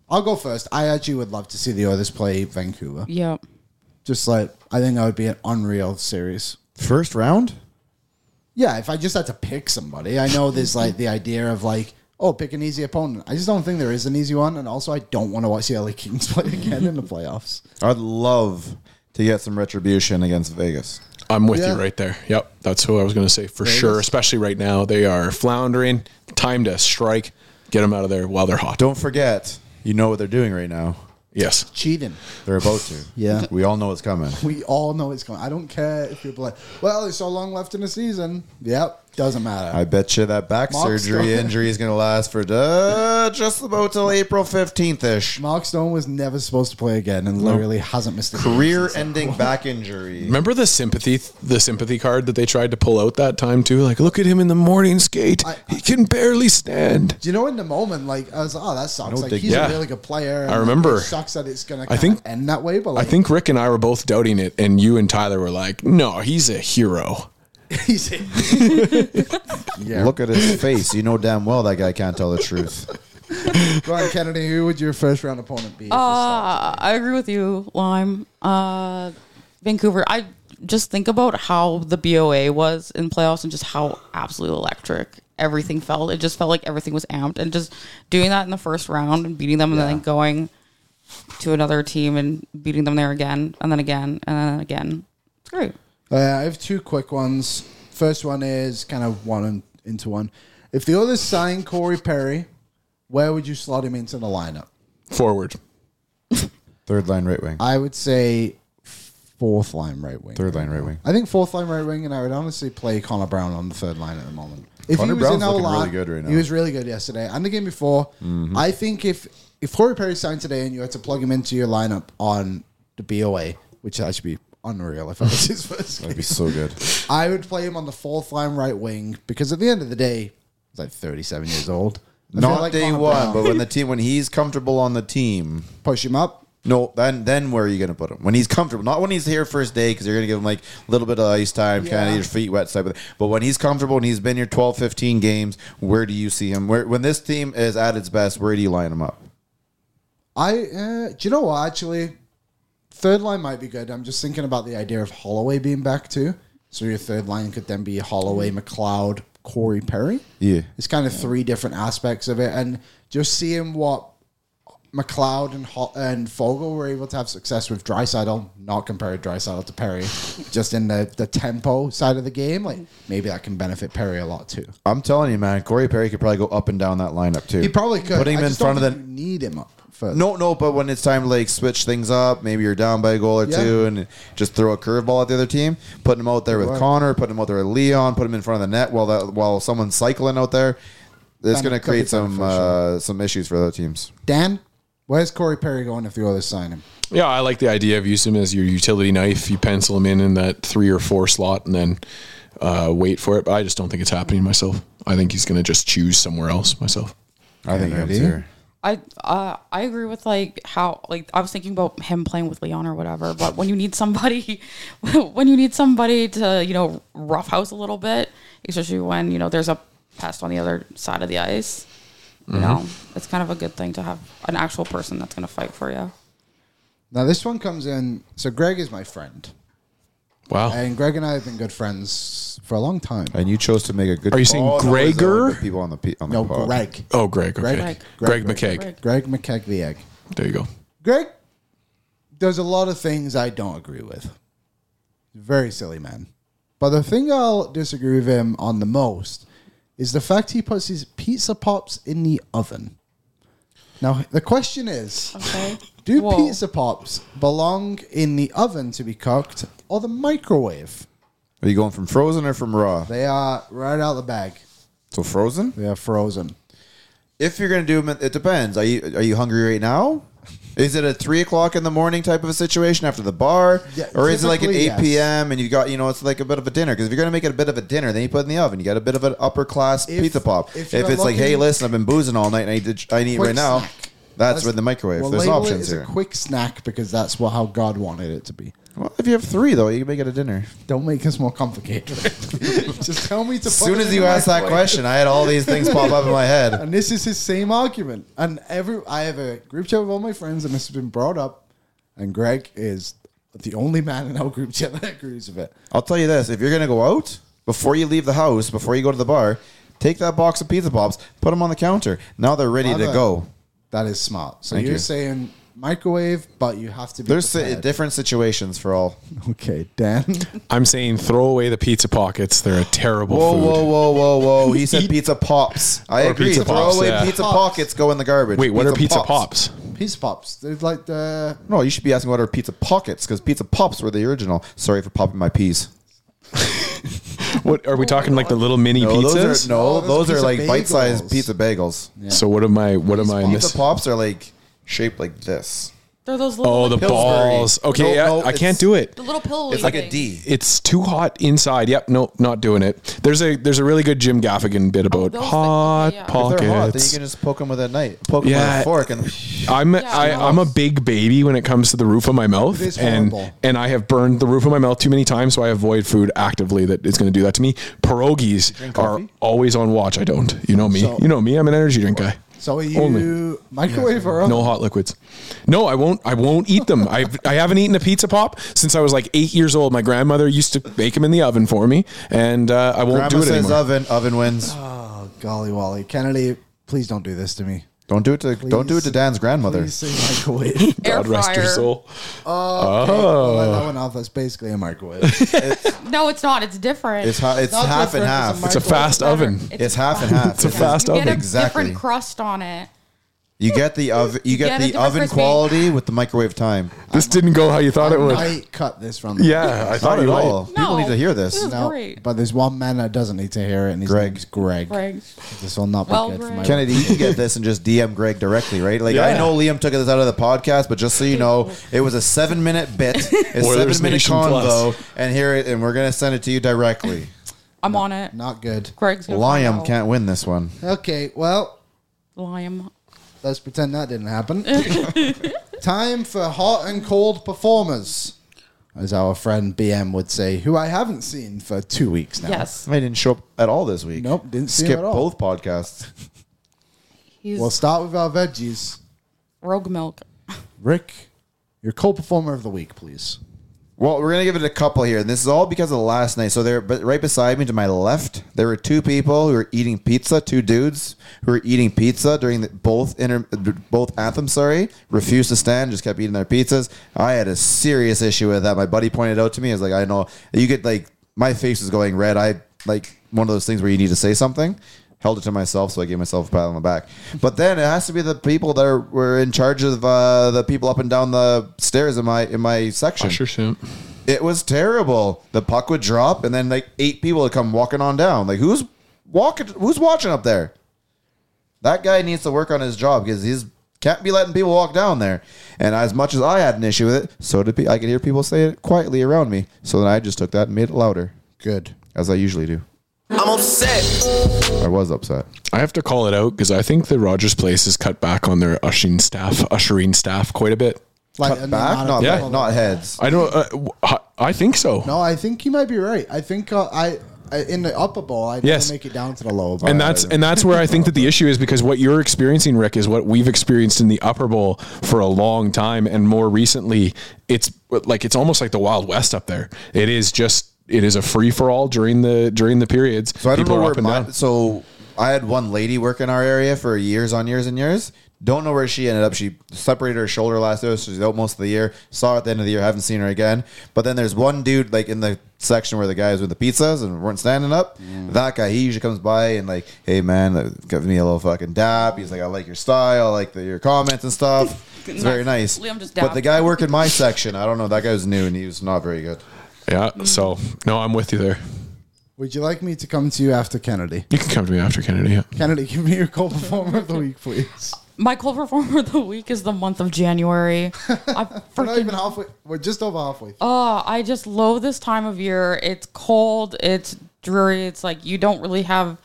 [SPEAKER 4] I'll go first. I actually would love to see the Oilers play Vancouver.
[SPEAKER 7] Yeah.
[SPEAKER 4] Just like, I think that would be an unreal series.
[SPEAKER 5] First round?
[SPEAKER 4] Yeah, if I just had to pick somebody, I know there's like the idea of like, oh, pick an easy opponent. I just don't think there is an easy one. And also, I don't want to watch the LA Kings play again in the playoffs.
[SPEAKER 5] I'd love to get some retribution against Vegas.
[SPEAKER 6] I'm with
[SPEAKER 4] Yeah.
[SPEAKER 6] you right there. Yep, that's who I was going to say for sure. Especially right now, they are floundering. Time to strike. Get them out of there while they're hot.
[SPEAKER 5] Don't forget, You know what they're doing right now.
[SPEAKER 6] Yes.
[SPEAKER 4] Cheating.
[SPEAKER 5] They're about to.
[SPEAKER 4] Yeah.
[SPEAKER 5] We all know it's coming.
[SPEAKER 4] We all know it's coming. I don't care if people are like, well, there's so long left in the season. Yep, doesn't matter.
[SPEAKER 5] I bet you that back
[SPEAKER 4] Mark
[SPEAKER 5] surgery
[SPEAKER 4] Stone.
[SPEAKER 5] injury is going to last for uh, just about till April 15th ish.
[SPEAKER 4] Mark Stone was never supposed to play again and literally hasn't missed a
[SPEAKER 5] Career ending back injury.
[SPEAKER 6] Remember the sympathy the sympathy card that they tried to pull out that time too? Like, look at him in the morning skate. he can barely stand.
[SPEAKER 4] Do you know in the moment, like I was, like, oh, that sucks.
[SPEAKER 6] No
[SPEAKER 4] like
[SPEAKER 6] dig-
[SPEAKER 4] he's
[SPEAKER 6] Yeah.
[SPEAKER 4] a really good player. and
[SPEAKER 6] I remember.
[SPEAKER 4] It sucks that it's gonna.
[SPEAKER 6] I
[SPEAKER 4] I
[SPEAKER 6] think-
[SPEAKER 4] think end that way, but
[SPEAKER 6] I
[SPEAKER 4] like,
[SPEAKER 6] think Rick and I were both doubting it, and you and Tyler were like, "No, he's a hero."
[SPEAKER 4] he's
[SPEAKER 5] Look at his face. You know damn well that guy can't tell the truth.
[SPEAKER 4] Go on, Kennedy. Who would your first round opponent be?
[SPEAKER 7] Uh, I agree with you, Lime. Uh, Vancouver. I just think about how the BOA was in playoffs and just how absolutely electric everything felt. It just felt like everything was amped, and just doing that in the first round and beating them, and then going to another team and beating them there again, and then again, and then again. It's great.
[SPEAKER 4] Uh, I have two quick ones. First one is kind of one in- into one. If the others sign Corey Perry, where would you slot him into the lineup?
[SPEAKER 6] Forward.
[SPEAKER 5] Third line right wing.
[SPEAKER 4] I would say fourth line right wing.
[SPEAKER 5] Third line right wing.
[SPEAKER 4] I think fourth line right wing, and I would honestly play Connor Brown on the third line at the moment.
[SPEAKER 5] Connor Brown's looking really
[SPEAKER 4] line-
[SPEAKER 5] good right now. Mm-hmm.
[SPEAKER 4] he was really good yesterday and the game before. I think if if Corey Perry signed today and you had to plug him into your lineup on the BOA, which that should be unreal if I was his first
[SPEAKER 5] That'd
[SPEAKER 4] game,
[SPEAKER 5] be so good.
[SPEAKER 4] I would play him on the fourth line right wing because at the end of the day, he's like thirty seven years old. I feel
[SPEAKER 5] Not
[SPEAKER 4] like
[SPEAKER 5] day
[SPEAKER 4] Connor
[SPEAKER 5] one,
[SPEAKER 4] Brown-
[SPEAKER 5] but when the team when he's comfortable on the team.
[SPEAKER 4] push him up.
[SPEAKER 5] No, then then where are you going to put him? When he's comfortable, not when he's here first day because you're going to give him like a little bit of ice time, kind
[SPEAKER 4] Yeah.
[SPEAKER 5] of your feet wet type of thing. But when he's comfortable and he's been here 12, 15 games, where do you see him? Where when this team is at its best, where do you line him up?
[SPEAKER 4] I uh, do you know what actually? Third line might be good. I'm just thinking about the idea of Holloway being back too. So your third line could then be Holloway, McLeod, Corey Perry.
[SPEAKER 5] Yeah.
[SPEAKER 4] It's kind of three different aspects of it, and just seeing what McLeod and Ho- and Fogel were able to have success with Drysaddle, not compared Drysaddle to Perry, just in the the tempo side of the game. Like maybe that can benefit Perry a lot too.
[SPEAKER 5] I'm telling you, man, Corey Perry could probably go up and down that lineup too.
[SPEAKER 4] He probably could.
[SPEAKER 5] Put him
[SPEAKER 4] I
[SPEAKER 5] in
[SPEAKER 4] just don't
[SPEAKER 5] front of
[SPEAKER 4] think
[SPEAKER 5] the
[SPEAKER 4] you need him up. Further.
[SPEAKER 5] No, no, but when it's time to like switch things up, maybe you're down by a goal or
[SPEAKER 4] Yeah.
[SPEAKER 5] two and just throw a curveball at the other team, putting him out there with
[SPEAKER 4] work.
[SPEAKER 5] Connor, putting him out there with Leon, put him in front of the net while that while someone's cycling out there. It's
[SPEAKER 4] That'd-
[SPEAKER 5] going to
[SPEAKER 4] that'd be
[SPEAKER 5] create some
[SPEAKER 4] beneficial.
[SPEAKER 5] uh, some issues for other teams.
[SPEAKER 4] Dan, where's Corey Perry going if the others sign him?
[SPEAKER 6] Yeah, I like the idea of using him as your utility knife. You pencil him in in that three or four slot, and then uh, wait for it. But I just don't think it's happening myself. I think he's going to just choose somewhere else myself.
[SPEAKER 5] I think
[SPEAKER 4] Kennedy?
[SPEAKER 5] it's here.
[SPEAKER 7] I uh, I agree with like how like I was thinking about him playing with Leon or whatever, but when you need somebody, when you need somebody to you know roughhouse a little bit, especially when you know there's a pest on the other side of the ice,
[SPEAKER 5] Mm-hmm.
[SPEAKER 7] you know it's kind of a good thing to have an actual person that's gonna fight for you.
[SPEAKER 4] Now this one comes in. So Greg is my friend,
[SPEAKER 6] Wow.
[SPEAKER 4] and Greg and I have been good friends for a long time.
[SPEAKER 5] And you chose to make a good.
[SPEAKER 6] Are you saying
[SPEAKER 5] call. No, there's
[SPEAKER 6] Gregor?
[SPEAKER 5] other good people on the pe- on the
[SPEAKER 4] No,
[SPEAKER 5] pod.
[SPEAKER 4] Greg,
[SPEAKER 6] oh, Greg. Okay. Greg,
[SPEAKER 4] Greg.
[SPEAKER 6] McKeag.
[SPEAKER 4] Greg McKeag the egg.
[SPEAKER 6] There you go.
[SPEAKER 4] Greg, there's a lot of things I don't agree with. Very silly man. But the thing I'll disagree with him on the most is the fact he puts his pizza pops in the oven. Now the question is.
[SPEAKER 7] Okay.
[SPEAKER 4] Do
[SPEAKER 7] Whoa.
[SPEAKER 4] pizza pops belong in the oven to be cooked or the microwave?
[SPEAKER 5] Are you going from frozen or from raw?
[SPEAKER 4] They are right out of the bag.
[SPEAKER 5] So frozen.
[SPEAKER 4] They are frozen.
[SPEAKER 5] If you're gonna do them, it depends. Are you are you hungry right now? Is it a three o'clock in the morning type of a situation after the bar,
[SPEAKER 4] Yeah,
[SPEAKER 5] or is it like an
[SPEAKER 4] typically,
[SPEAKER 5] eight
[SPEAKER 4] yes.
[SPEAKER 5] p.m. and you got you know it's like a bit of a dinner? Because if you're gonna make it a bit of a dinner, then you put it in the oven. You got a bit of an upper class
[SPEAKER 4] If-
[SPEAKER 5] pizza pop. If,
[SPEAKER 4] if you're
[SPEAKER 5] it's like, hey,
[SPEAKER 4] looking-
[SPEAKER 5] listen, I've been boozing all night and I need to, I need it right
[SPEAKER 4] Quick
[SPEAKER 5] now,
[SPEAKER 4] snack.
[SPEAKER 5] that's
[SPEAKER 4] Let's-
[SPEAKER 5] with the microwave.
[SPEAKER 4] We'll
[SPEAKER 5] There's
[SPEAKER 4] label
[SPEAKER 5] options
[SPEAKER 4] it as
[SPEAKER 5] here.
[SPEAKER 4] a quick snack because that's what how God wanted it to be.
[SPEAKER 5] well, if you have three though, you can make it a dinner.
[SPEAKER 4] Don't make us more complicated. Just tell me to.
[SPEAKER 5] As
[SPEAKER 4] put
[SPEAKER 5] soon
[SPEAKER 4] it
[SPEAKER 5] as
[SPEAKER 4] in
[SPEAKER 5] you
[SPEAKER 4] the
[SPEAKER 5] asked that
[SPEAKER 4] microwave.
[SPEAKER 5] question, I had all these things pop up in my head.
[SPEAKER 4] and this is his same argument. And every I have a group chat with all my friends, and this has been brought up. And Greg is the only man in our group chat that agrees with it.
[SPEAKER 5] I'll tell you this: if you're gonna go out before you leave the house, before you go to the bar, take that box of pizza pops, put them on the counter. Now they're ready to
[SPEAKER 4] Love it.
[SPEAKER 5] go.
[SPEAKER 4] That is smart. So
[SPEAKER 5] Thank
[SPEAKER 4] you're
[SPEAKER 5] you.
[SPEAKER 4] saying microwave, but you have to be.
[SPEAKER 5] There's si-
[SPEAKER 4] prepared.
[SPEAKER 5] different situations for all.
[SPEAKER 4] Okay, Dan.
[SPEAKER 6] I'm saying throw away the pizza pockets. They're a terrible
[SPEAKER 5] Whoa,
[SPEAKER 6] food.
[SPEAKER 5] whoa, whoa, whoa, whoa! He said pizza pops. I
[SPEAKER 6] Or
[SPEAKER 5] agree.
[SPEAKER 6] pizza
[SPEAKER 5] Throw
[SPEAKER 6] pops,
[SPEAKER 5] away
[SPEAKER 6] yeah.
[SPEAKER 5] pizza pockets. Go in the garbage.
[SPEAKER 6] Wait, what are pizza pops?
[SPEAKER 4] Pizza pops. They're like the
[SPEAKER 5] No, you should be asking what are pizza pockets because pizza pops were the original. Sorry for popping my peas.
[SPEAKER 6] What are we talking like the little mini
[SPEAKER 5] no, Those
[SPEAKER 6] pizzas?
[SPEAKER 5] are, no,
[SPEAKER 4] Oh, those
[SPEAKER 5] those, are like
[SPEAKER 4] pizza
[SPEAKER 5] bite-sized
[SPEAKER 4] bagels.
[SPEAKER 5] pizza bagels.
[SPEAKER 6] So what am I? What am I
[SPEAKER 5] Pizza
[SPEAKER 6] missing?
[SPEAKER 5] pops are like shaped like this.
[SPEAKER 7] They're those little,
[SPEAKER 6] Oh, the
[SPEAKER 5] Pillsbury.
[SPEAKER 6] balls. Okay,
[SPEAKER 5] No,
[SPEAKER 6] I-
[SPEAKER 5] no,
[SPEAKER 6] I can't
[SPEAKER 5] it's-
[SPEAKER 6] do it.
[SPEAKER 7] the little pillow.
[SPEAKER 5] It's like a
[SPEAKER 7] thing.
[SPEAKER 5] D.
[SPEAKER 6] It's too hot inside. Yep, no, not doing it. There's a there's a really good Jim Gaffigan bit about
[SPEAKER 7] Oh, those
[SPEAKER 6] hot
[SPEAKER 7] things. uh, Okay, yeah.
[SPEAKER 5] If
[SPEAKER 6] pockets.
[SPEAKER 5] they're hot, then you can just poke them with a knife, poke them
[SPEAKER 6] Yeah.
[SPEAKER 5] with a fork, and
[SPEAKER 6] I'm I, I'm a big baby when it comes to the roof of my mouth,
[SPEAKER 4] It is
[SPEAKER 6] and
[SPEAKER 4] horrible.
[SPEAKER 6] and I have burned the roof of my mouth too many times, so I avoid food actively that is going to do that to me. Pierogies are always on watch. I don't. You know me.
[SPEAKER 4] So-
[SPEAKER 6] you know me. I'm an energy drink guy.
[SPEAKER 4] So you
[SPEAKER 6] Only.
[SPEAKER 4] microwave or
[SPEAKER 6] No hot liquids. No, I won't. I won't eat them. I I haven't eaten a pizza pop since I was like eight years old. My grandmother used to bake them in the oven for me, and uh, I won't
[SPEAKER 5] grandma
[SPEAKER 6] do it
[SPEAKER 5] says
[SPEAKER 6] anymore.
[SPEAKER 5] oven, oven wins.
[SPEAKER 4] Oh, golly Wally, Kennedy, please don't do this to me.
[SPEAKER 5] Don't do it to don't do it to
[SPEAKER 4] Please-
[SPEAKER 5] Dan's grandmother.
[SPEAKER 4] Please say microwave.
[SPEAKER 7] air
[SPEAKER 6] God rest your
[SPEAKER 7] fryer.
[SPEAKER 6] soul.
[SPEAKER 4] oh, let that one off. That's basically a microwave. it's
[SPEAKER 7] No, it's not. It's different.
[SPEAKER 5] It's ha- it's
[SPEAKER 4] not
[SPEAKER 5] half and
[SPEAKER 4] different, it's a
[SPEAKER 5] half.
[SPEAKER 6] It's a
[SPEAKER 4] microwave.
[SPEAKER 6] fast oven.
[SPEAKER 7] It's,
[SPEAKER 5] It's half and half.
[SPEAKER 6] It's a fast
[SPEAKER 7] you get a
[SPEAKER 6] oven.
[SPEAKER 5] Exactly.
[SPEAKER 7] different crust on it.
[SPEAKER 5] You get the oven. You get
[SPEAKER 7] get a
[SPEAKER 5] the
[SPEAKER 7] different
[SPEAKER 5] oven
[SPEAKER 7] crispy.
[SPEAKER 5] quality with the microwave time.
[SPEAKER 6] This didn't go how you thought it would.
[SPEAKER 4] I cut this from
[SPEAKER 6] Yeah, I thought
[SPEAKER 5] Not
[SPEAKER 6] you
[SPEAKER 5] at
[SPEAKER 6] might.
[SPEAKER 5] all. People need to hear this.
[SPEAKER 7] This is
[SPEAKER 4] No,
[SPEAKER 7] great.
[SPEAKER 4] but there's one man that doesn't need to hear it, and his
[SPEAKER 5] Greg.
[SPEAKER 4] name's Greg.
[SPEAKER 7] Greg.
[SPEAKER 4] This will not be
[SPEAKER 7] Well,
[SPEAKER 4] good for my
[SPEAKER 7] Greg.
[SPEAKER 5] Kennedy, you can get this and just DM Greg directly, right? Like I know Liam took this out of the podcast, but just so you know, it was a seven minute bit, a
[SPEAKER 6] Oilers
[SPEAKER 5] seven minute
[SPEAKER 6] Nation
[SPEAKER 5] convo,
[SPEAKER 6] Plus.
[SPEAKER 5] and here it, and we're gonna send it to you directly.
[SPEAKER 7] I'm on it.
[SPEAKER 4] Not good.
[SPEAKER 7] Greg's gonna find
[SPEAKER 5] Liam
[SPEAKER 7] out.
[SPEAKER 5] can't win this one.
[SPEAKER 4] Okay, well,
[SPEAKER 7] Liam.
[SPEAKER 4] let's pretend that didn't happen. Time for hot and cold performers, as our friend BM would say, who I haven't seen for two weeks now.
[SPEAKER 7] Yes.
[SPEAKER 5] I didn't show up at all this week.
[SPEAKER 4] Nope, didn't see him
[SPEAKER 5] skip
[SPEAKER 4] at all.
[SPEAKER 5] both podcasts.
[SPEAKER 7] He's
[SPEAKER 4] We'll start with our veggies.
[SPEAKER 7] rogue milk.
[SPEAKER 4] Rick, your cold performer of the week, please.
[SPEAKER 5] Well, Oh, we're gonna give it a couple here, and this is all because of last night. So there, but right beside me, to my left, there were two people who were eating pizza. Two dudes who were eating pizza during the, both inter, both anthem. Sorry, refused to stand, just kept eating their pizzas. I had a serious issue with that. My buddy pointed out to me, I was like, I know you get like my face is going red. I like one of those things where you need to say something. Held it to myself, so I gave myself a pat on the back. But then uh, it has to be the people that are, were in charge of uh, the people up and down the stairs in my in my section. It was terrible. The puck would drop, and then like eight people would come walking on down. Like who's walking? Who's watching up there? That guy needs to work on his job because he's can't be letting people walk down there. And as much as I had an issue with it, so did pe- I could hear people say it quietly around me. So then I just took that and made it louder,
[SPEAKER 4] Good.
[SPEAKER 5] as I usually do.
[SPEAKER 8] I'm upset.
[SPEAKER 5] I was upset.
[SPEAKER 6] I have to call it out because I think the Rogers Place has cut back on their ushering staff, ushering staff quite a bit.
[SPEAKER 4] Like
[SPEAKER 5] Cut back, not
[SPEAKER 6] Yeah.
[SPEAKER 5] not heads.
[SPEAKER 6] I don't. Uh, w- I- I think so.
[SPEAKER 4] No, I think you might be right. I think uh, I, I in the upper bowl, I
[SPEAKER 6] Yes.
[SPEAKER 4] yes. make it down to the lower bowl.
[SPEAKER 6] and that's and that's where I think that the issue is because what you're experiencing, Rick, is what we've experienced in the upper bowl for a long time, and more recently, it's like it's almost like the Wild West up there. It is just it is a free for all during the during the periods.
[SPEAKER 5] So I don't
[SPEAKER 6] People
[SPEAKER 5] know
[SPEAKER 6] are
[SPEAKER 5] where
[SPEAKER 6] up and
[SPEAKER 5] my,
[SPEAKER 6] down.
[SPEAKER 5] so I had one lady work in our area for years on years and years. Don't know where she ended up. She separated her shoulder last year, so she's out most of the year. Saw her at the end of the year, haven't seen her again. But then there's one dude like in the section where the guys with the pizzas and weren't standing up. That guy, he usually comes by and like, hey man, like, give me a little fucking dap. He's like, I like your style, I like the, your comments and stuff. It's very nice.
[SPEAKER 7] Liam just
[SPEAKER 5] but the
[SPEAKER 7] dapped.
[SPEAKER 5] guy working my section, I don't know. That guy was new and he was not very good.
[SPEAKER 6] yeah. So no, I'm with you there.
[SPEAKER 4] Would you like me to come to you after Kennedy?
[SPEAKER 6] You can come to me after Kennedy. Yeah.
[SPEAKER 4] Kennedy, give me your cold performer of the week, please.
[SPEAKER 7] My cold performer of the week is the month of January. I
[SPEAKER 4] We're not
[SPEAKER 7] freaking
[SPEAKER 4] even halfway. We're just over halfway.
[SPEAKER 7] Oh, I just loathe this time of year. It's cold. It's dreary. It's like you don't really have,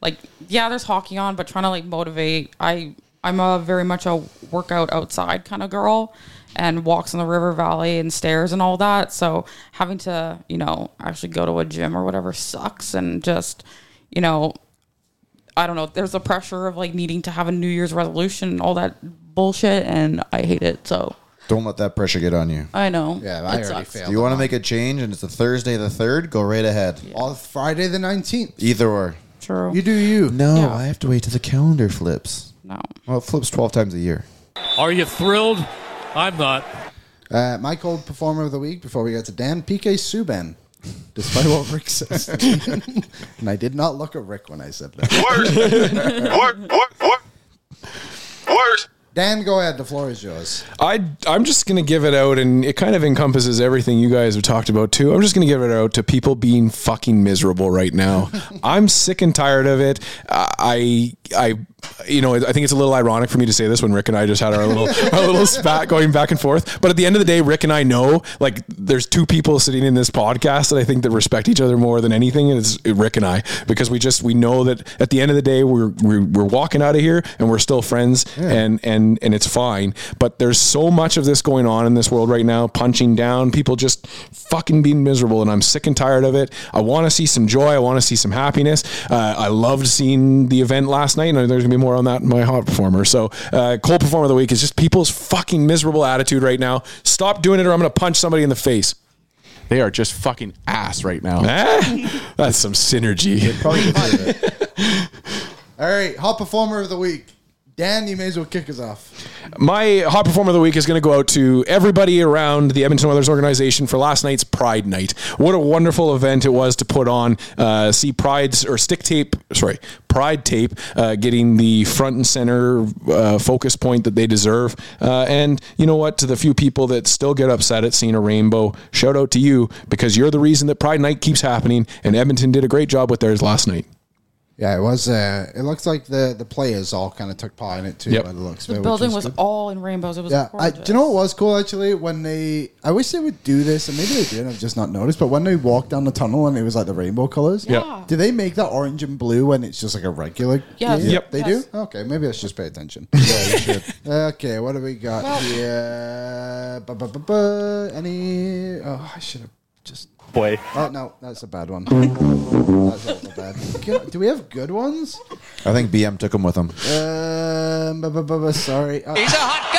[SPEAKER 7] like, yeah, there's hockey on, but trying to like motivate. I I'm a very much a workout outside kind of girl, and walks in the river valley and stairs and all that. So having to you know actually go to a gym or whatever sucks, and just you know I don't know. There's a pressure of like needing to have a New Year's resolution and all that bullshit, and I hate it. So
[SPEAKER 5] Don't let that pressure get on you.
[SPEAKER 7] I know.
[SPEAKER 4] yeah, I
[SPEAKER 7] it
[SPEAKER 4] already
[SPEAKER 7] sucks.
[SPEAKER 4] failed.
[SPEAKER 5] Do you want to make a change and it's a Thursday the 3rd? Go right ahead.
[SPEAKER 4] On Friday the nineteenth.
[SPEAKER 5] Either or.
[SPEAKER 7] True.
[SPEAKER 4] You do you.
[SPEAKER 5] No,
[SPEAKER 7] Yeah.
[SPEAKER 5] I have to wait till the calendar flips.
[SPEAKER 7] no.
[SPEAKER 5] Well, it flips 12 times a year.
[SPEAKER 1] Are you thrilled?
[SPEAKER 11] I'm not.
[SPEAKER 4] Uh, my cold performer of the week before we get to Dan, PK Subban. Despite what Rick says. and I did not look at Rick when I said that. Dan, go ahead. The floor is yours.
[SPEAKER 6] I I'm just gonna give it out, and it kind of encompasses everything you guys have talked about too. I'm just gonna give it out to people being fucking miserable right now. I'm sick and tired of it. I I you know I think it's a little ironic for me to say this when Rick and I just had our little our little spat going back and forth. But at the end of the day, Rick and I know like there's two people sitting in this podcast that I think that respect each other more than anything, and it's Rick and I because we just we know that at the end of the day we're we're, we're walking out of here and we're still friends
[SPEAKER 5] Yeah.
[SPEAKER 6] and and and and it's fine. But there's so much of this going on in this world right now, punching down, people just fucking being miserable, and I'm sick and tired of it. I want to see some joy. I want to see some happiness. Uh, I loved seeing the event last night, and there's gonna be more on that in my hot performer. So uh, cold performer of the week is just people's fucking miserable attitude right now. Stop doing it, or I'm gonna punch somebody in the face. They are just fucking ass right now. That's some synergy.
[SPEAKER 4] All right, hot performer of the week. Dan, you may as well kick us off.
[SPEAKER 6] My hot performer of the week is going to go out to everybody around the Edmonton Oilers organization for last night's Pride Night. What a wonderful event it was to put on. Uh, see Pride's or Stick Tape, sorry, Pride Tape, uh, getting the front and center uh, focus point that they deserve. Uh, and you know what? To the few people that still get upset at seeing a rainbow, shout out to you because you're the reason that Pride Night keeps happening. And Edmonton did a great job with theirs last night.
[SPEAKER 4] Yeah, it was. Uh, it looks like the the players all kind of took part in it too.
[SPEAKER 6] Yep.
[SPEAKER 4] By the looks,
[SPEAKER 7] The
[SPEAKER 4] of it, which
[SPEAKER 7] building
[SPEAKER 4] was
[SPEAKER 7] was
[SPEAKER 4] good.
[SPEAKER 7] all in rainbows. It was
[SPEAKER 4] Yeah, I,
[SPEAKER 7] gorgeous.
[SPEAKER 4] do you know what was cool actually? When they, I wish they would do this, and maybe they did. I've just not noticed. But when they walked down the tunnel and it was like the rainbow colors,
[SPEAKER 7] Yeah. Yeah.
[SPEAKER 4] Do they make that orange and blue when it's just like a regular?
[SPEAKER 7] Yes.
[SPEAKER 4] Yeah.
[SPEAKER 7] Yep.
[SPEAKER 4] They
[SPEAKER 7] Yes.
[SPEAKER 4] do. Okay, maybe I should just pay attention. okay, what do we got
[SPEAKER 7] Well-
[SPEAKER 4] here? Ba, ba, ba, ba. Any? Oh, I should have just.
[SPEAKER 11] Boy.
[SPEAKER 4] Oh no, that's a bad one. that's also bad. Can- Do we have good ones?
[SPEAKER 5] I think BM took him with him.
[SPEAKER 4] Um, ba, ba, ba, ba, sorry. He's a hot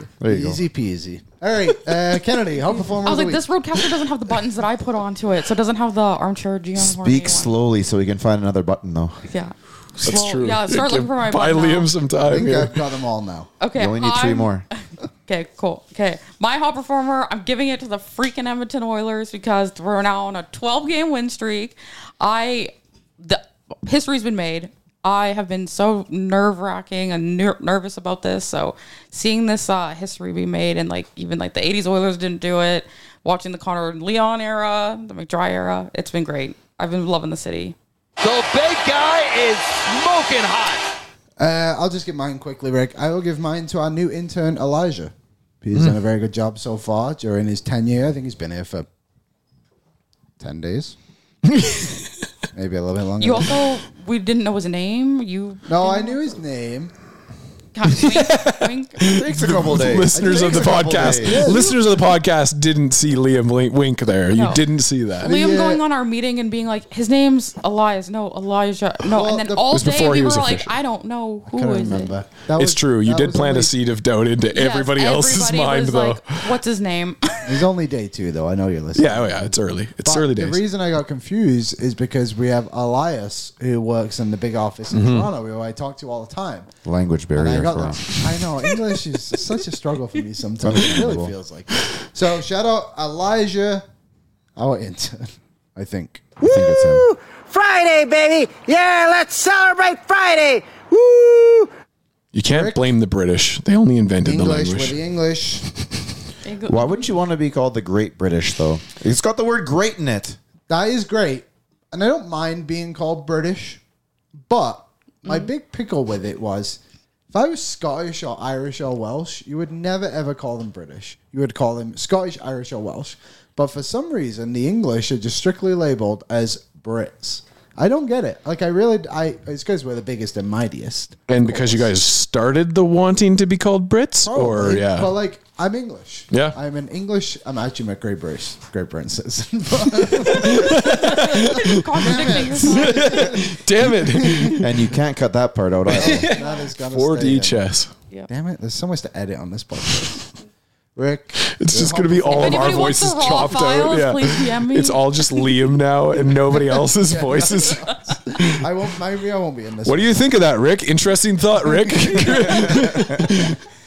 [SPEAKER 4] guy.
[SPEAKER 5] There you go.
[SPEAKER 4] Easy peasy. All right, uh, Kennedy, hot performer.
[SPEAKER 7] I was
[SPEAKER 4] of the
[SPEAKER 7] Oh, like,
[SPEAKER 4] week.
[SPEAKER 7] this roadcaster doesn't have the buttons that I put onto it, so it doesn't have the armchair GM. horny
[SPEAKER 5] Speak slowly so we can find another button, though.
[SPEAKER 7] one. Yeah.
[SPEAKER 5] That's
[SPEAKER 7] Well,
[SPEAKER 5] true.
[SPEAKER 7] Yeah, start looking for my
[SPEAKER 6] Buy
[SPEAKER 7] button. now.
[SPEAKER 6] Liam some time.
[SPEAKER 4] I think
[SPEAKER 6] here.
[SPEAKER 4] I've got them all now.
[SPEAKER 7] Okay.
[SPEAKER 5] You only need three
[SPEAKER 7] I'm-
[SPEAKER 5] more.
[SPEAKER 7] Okay, cool. Okay. My hot performer, I'm giving it to the freaking Edmonton Oilers because we're now on a 12 game win streak. I, the history's been made. I have been so nerve wracking and ner- nervous about this. So seeing this uh, history be made and like even like the 80s Oilers didn't do it, watching the Connor and Leon era, the McDry era, it's been great. I've been loving the city.
[SPEAKER 12] The big guy is smoking hot.
[SPEAKER 4] Uh, I'll just get mine quickly, Rick. I will give mine to our new intern, Elijah. He's
[SPEAKER 6] Hmm.
[SPEAKER 4] done a very good job so far during his tenure. I think he's been here for 10 days. Maybe a little bit longer.
[SPEAKER 7] You also, we didn't know his name. You
[SPEAKER 4] no, I knew his name.
[SPEAKER 5] Takes a couple days.
[SPEAKER 6] Listeners of the podcast, listeners of the podcast didn't see Liam wink, wink there.
[SPEAKER 7] No.
[SPEAKER 6] You didn't see that.
[SPEAKER 7] Liam going on our meeting and being like, his name's Elias, no Elijah, no, and then
[SPEAKER 6] It
[SPEAKER 7] all
[SPEAKER 6] was
[SPEAKER 7] day
[SPEAKER 6] before
[SPEAKER 7] we
[SPEAKER 6] he
[SPEAKER 7] were
[SPEAKER 6] was
[SPEAKER 7] like,
[SPEAKER 6] official.
[SPEAKER 7] I don't know who
[SPEAKER 6] kinda
[SPEAKER 7] is it.
[SPEAKER 6] remember. it's true. You did plant a seed of doubt into
[SPEAKER 7] Yes,
[SPEAKER 6] everybody else's
[SPEAKER 7] everybody
[SPEAKER 6] mind,
[SPEAKER 7] was
[SPEAKER 6] though.
[SPEAKER 7] like, What's his name?
[SPEAKER 4] He's only day two, though. I know you're listening.
[SPEAKER 6] yeah, oh yeah, it's early. It's
[SPEAKER 4] But
[SPEAKER 6] early
[SPEAKER 4] the
[SPEAKER 6] days.
[SPEAKER 4] reason I got confused is because we have Elias who works in the big office in
[SPEAKER 6] Mm-hmm.
[SPEAKER 5] Mhm.
[SPEAKER 4] Toronto who I talk to all the time.
[SPEAKER 5] Language
[SPEAKER 4] And I,
[SPEAKER 5] barrier.
[SPEAKER 4] got
[SPEAKER 5] for him.
[SPEAKER 4] that- I know English is such a struggle for me sometimes. It really
[SPEAKER 5] Unbelievable.
[SPEAKER 4] feels like. it. So shout out Elijah, our intern. I think.
[SPEAKER 13] Woo! Friday, baby! Yeah, let's celebrate Friday! Woo!
[SPEAKER 6] You can't blame the British. They only invented
[SPEAKER 4] English
[SPEAKER 6] the
[SPEAKER 4] with
[SPEAKER 6] language.
[SPEAKER 4] the English.
[SPEAKER 5] Why wouldn't you want to be called the Great British, though? It's got the word great in it.
[SPEAKER 4] That is great, and I don't mind being called British, but my big pickle with it was. If I was Scottish or Irish or Welsh, you would never ever call them British. You would call them Scottish, Irish, or Welsh. But for some reason, the English are just strictly labeled as Brits. I don't get it. Like I really, I it's because we're the biggest and mightiest.
[SPEAKER 6] And because you guys started the wanting to be called Brits, or
[SPEAKER 4] Probably,
[SPEAKER 6] yeah,
[SPEAKER 4] But like, I'm English.
[SPEAKER 6] Yeah.
[SPEAKER 4] I'm an English. I'm actually a Great British, Great Britain citizen.
[SPEAKER 6] Damn it!
[SPEAKER 5] and you can't cut that part out either.
[SPEAKER 4] That is gonna
[SPEAKER 5] 4D
[SPEAKER 4] stay in.
[SPEAKER 5] chess.
[SPEAKER 4] Damn it! There's so much to edit on this podcast. Rick,
[SPEAKER 6] It's just going to be all of our voices chopped out. Yeah, it's all just Liam now and nobody else's
[SPEAKER 4] Yeah,
[SPEAKER 6] voices.
[SPEAKER 4] I won't. Maybe I won't be in this.
[SPEAKER 6] What do you think of that, Rick? Interesting thought, Rick.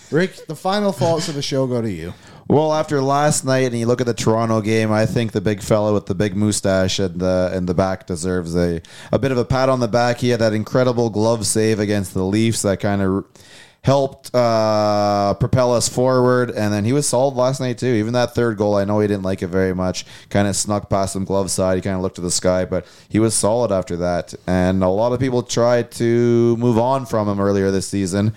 [SPEAKER 4] Rick, the final thoughts of the show go to you.
[SPEAKER 5] Well, after last night, and you look at the Toronto game, I think the big fella with the big mustache and the and the back deserves a a bit of a pat on the back. He had that incredible glove save against the Leafs that kind of helped uh, propel us forward. And then he was solid last night too. Even that third goal, I know he didn't like it very much. Kind of snuck past some glove side. He kind of looked to the sky, but he was solid after that. And a lot of people tried to move on from him earlier this season,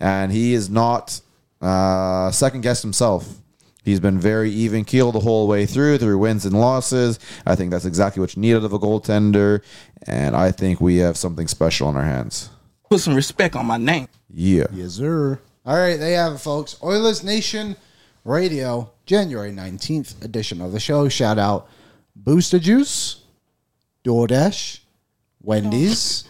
[SPEAKER 5] and he is not. Uh, second guessed himself. He's been very even keeled the whole way through, through wins and losses. I think that's exactly what you need out of a goaltender. And I think we have something special on our hands.
[SPEAKER 11] Put some respect on my name.
[SPEAKER 5] Yeah.
[SPEAKER 4] Yes, sir. All right, there you have it, folks. Oilers Nation Radio, January 19th edition of the show. Shout out Booster Juice, DoorDash, Wendy's,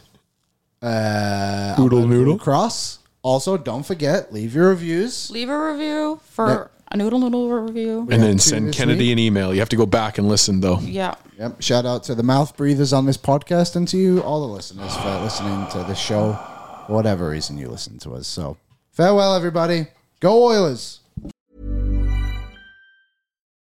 [SPEAKER 4] uh, Oodle Noodle Cross. Also, don't forget, leave your reviews.
[SPEAKER 7] Leave a review for a noodle noodle review.
[SPEAKER 4] We
[SPEAKER 6] and
[SPEAKER 4] have
[SPEAKER 6] then
[SPEAKER 4] two
[SPEAKER 6] send
[SPEAKER 4] this
[SPEAKER 6] Kennedy
[SPEAKER 4] week.
[SPEAKER 6] an email. You have to go back and listen, though.
[SPEAKER 7] Yeah.
[SPEAKER 4] Yep. Shout out to the mouth breathers on this podcast and to you, all the listeners, for listening to the show, for whatever reason you listen to us. So, farewell, everybody. Go Oilers.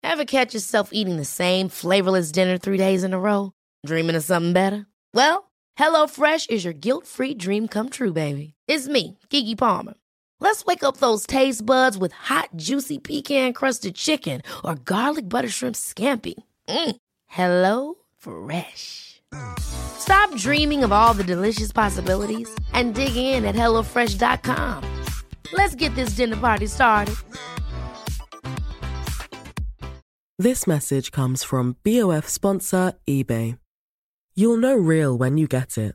[SPEAKER 10] Ever catch yourself eating the same flavorless dinner three days in a row? Dreaming of something better? Well, HelloFresh is your guilt free dream come true, baby. It's me, Gigi Palmer. Let's wake up those taste buds with hot, juicy pecan crusted chicken or garlic butter shrimp scampi. Mm. Hello Fresh. Stop dreaming of all the delicious possibilities and dig in at HelloFresh.com. Let's get this dinner party started.
[SPEAKER 14] This message comes from BOF sponsor eBay. You'll know real when you get it.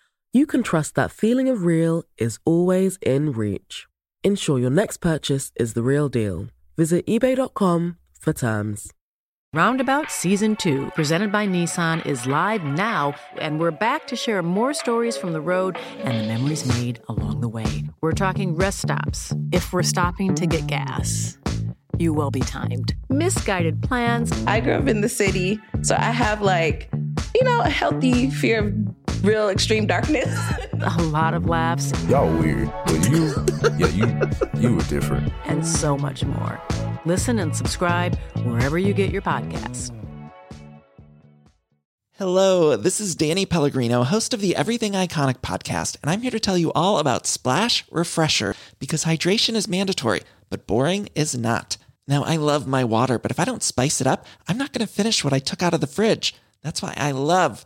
[SPEAKER 14] you can trust that feeling of real is always in reach. Ensure your next purchase is the real deal. Visit eBay.com for terms.
[SPEAKER 15] Roundabout Season 2, presented by Nissan, is live now, and we're back to share more stories from the road and the memories made along the way. We're talking rest stops. If we're stopping to get gas, you will be timed. Misguided plans.
[SPEAKER 16] I grew up in the city, so I have like, you know, a healthy fear of real extreme darkness.
[SPEAKER 15] a lot of laughs.
[SPEAKER 17] Y'all weird, but you, yeah, you, you were different.
[SPEAKER 15] and so much more. Listen and subscribe wherever you get your podcasts.
[SPEAKER 18] Hello, this is Danny Pellegrino, host of the Everything Iconic podcast, and I'm here to tell you all about Splash Refresher because hydration is mandatory, but boring is not. Now, I love my water, but if I don't spice it up, I'm not going to finish what I took out of the fridge. That's why I love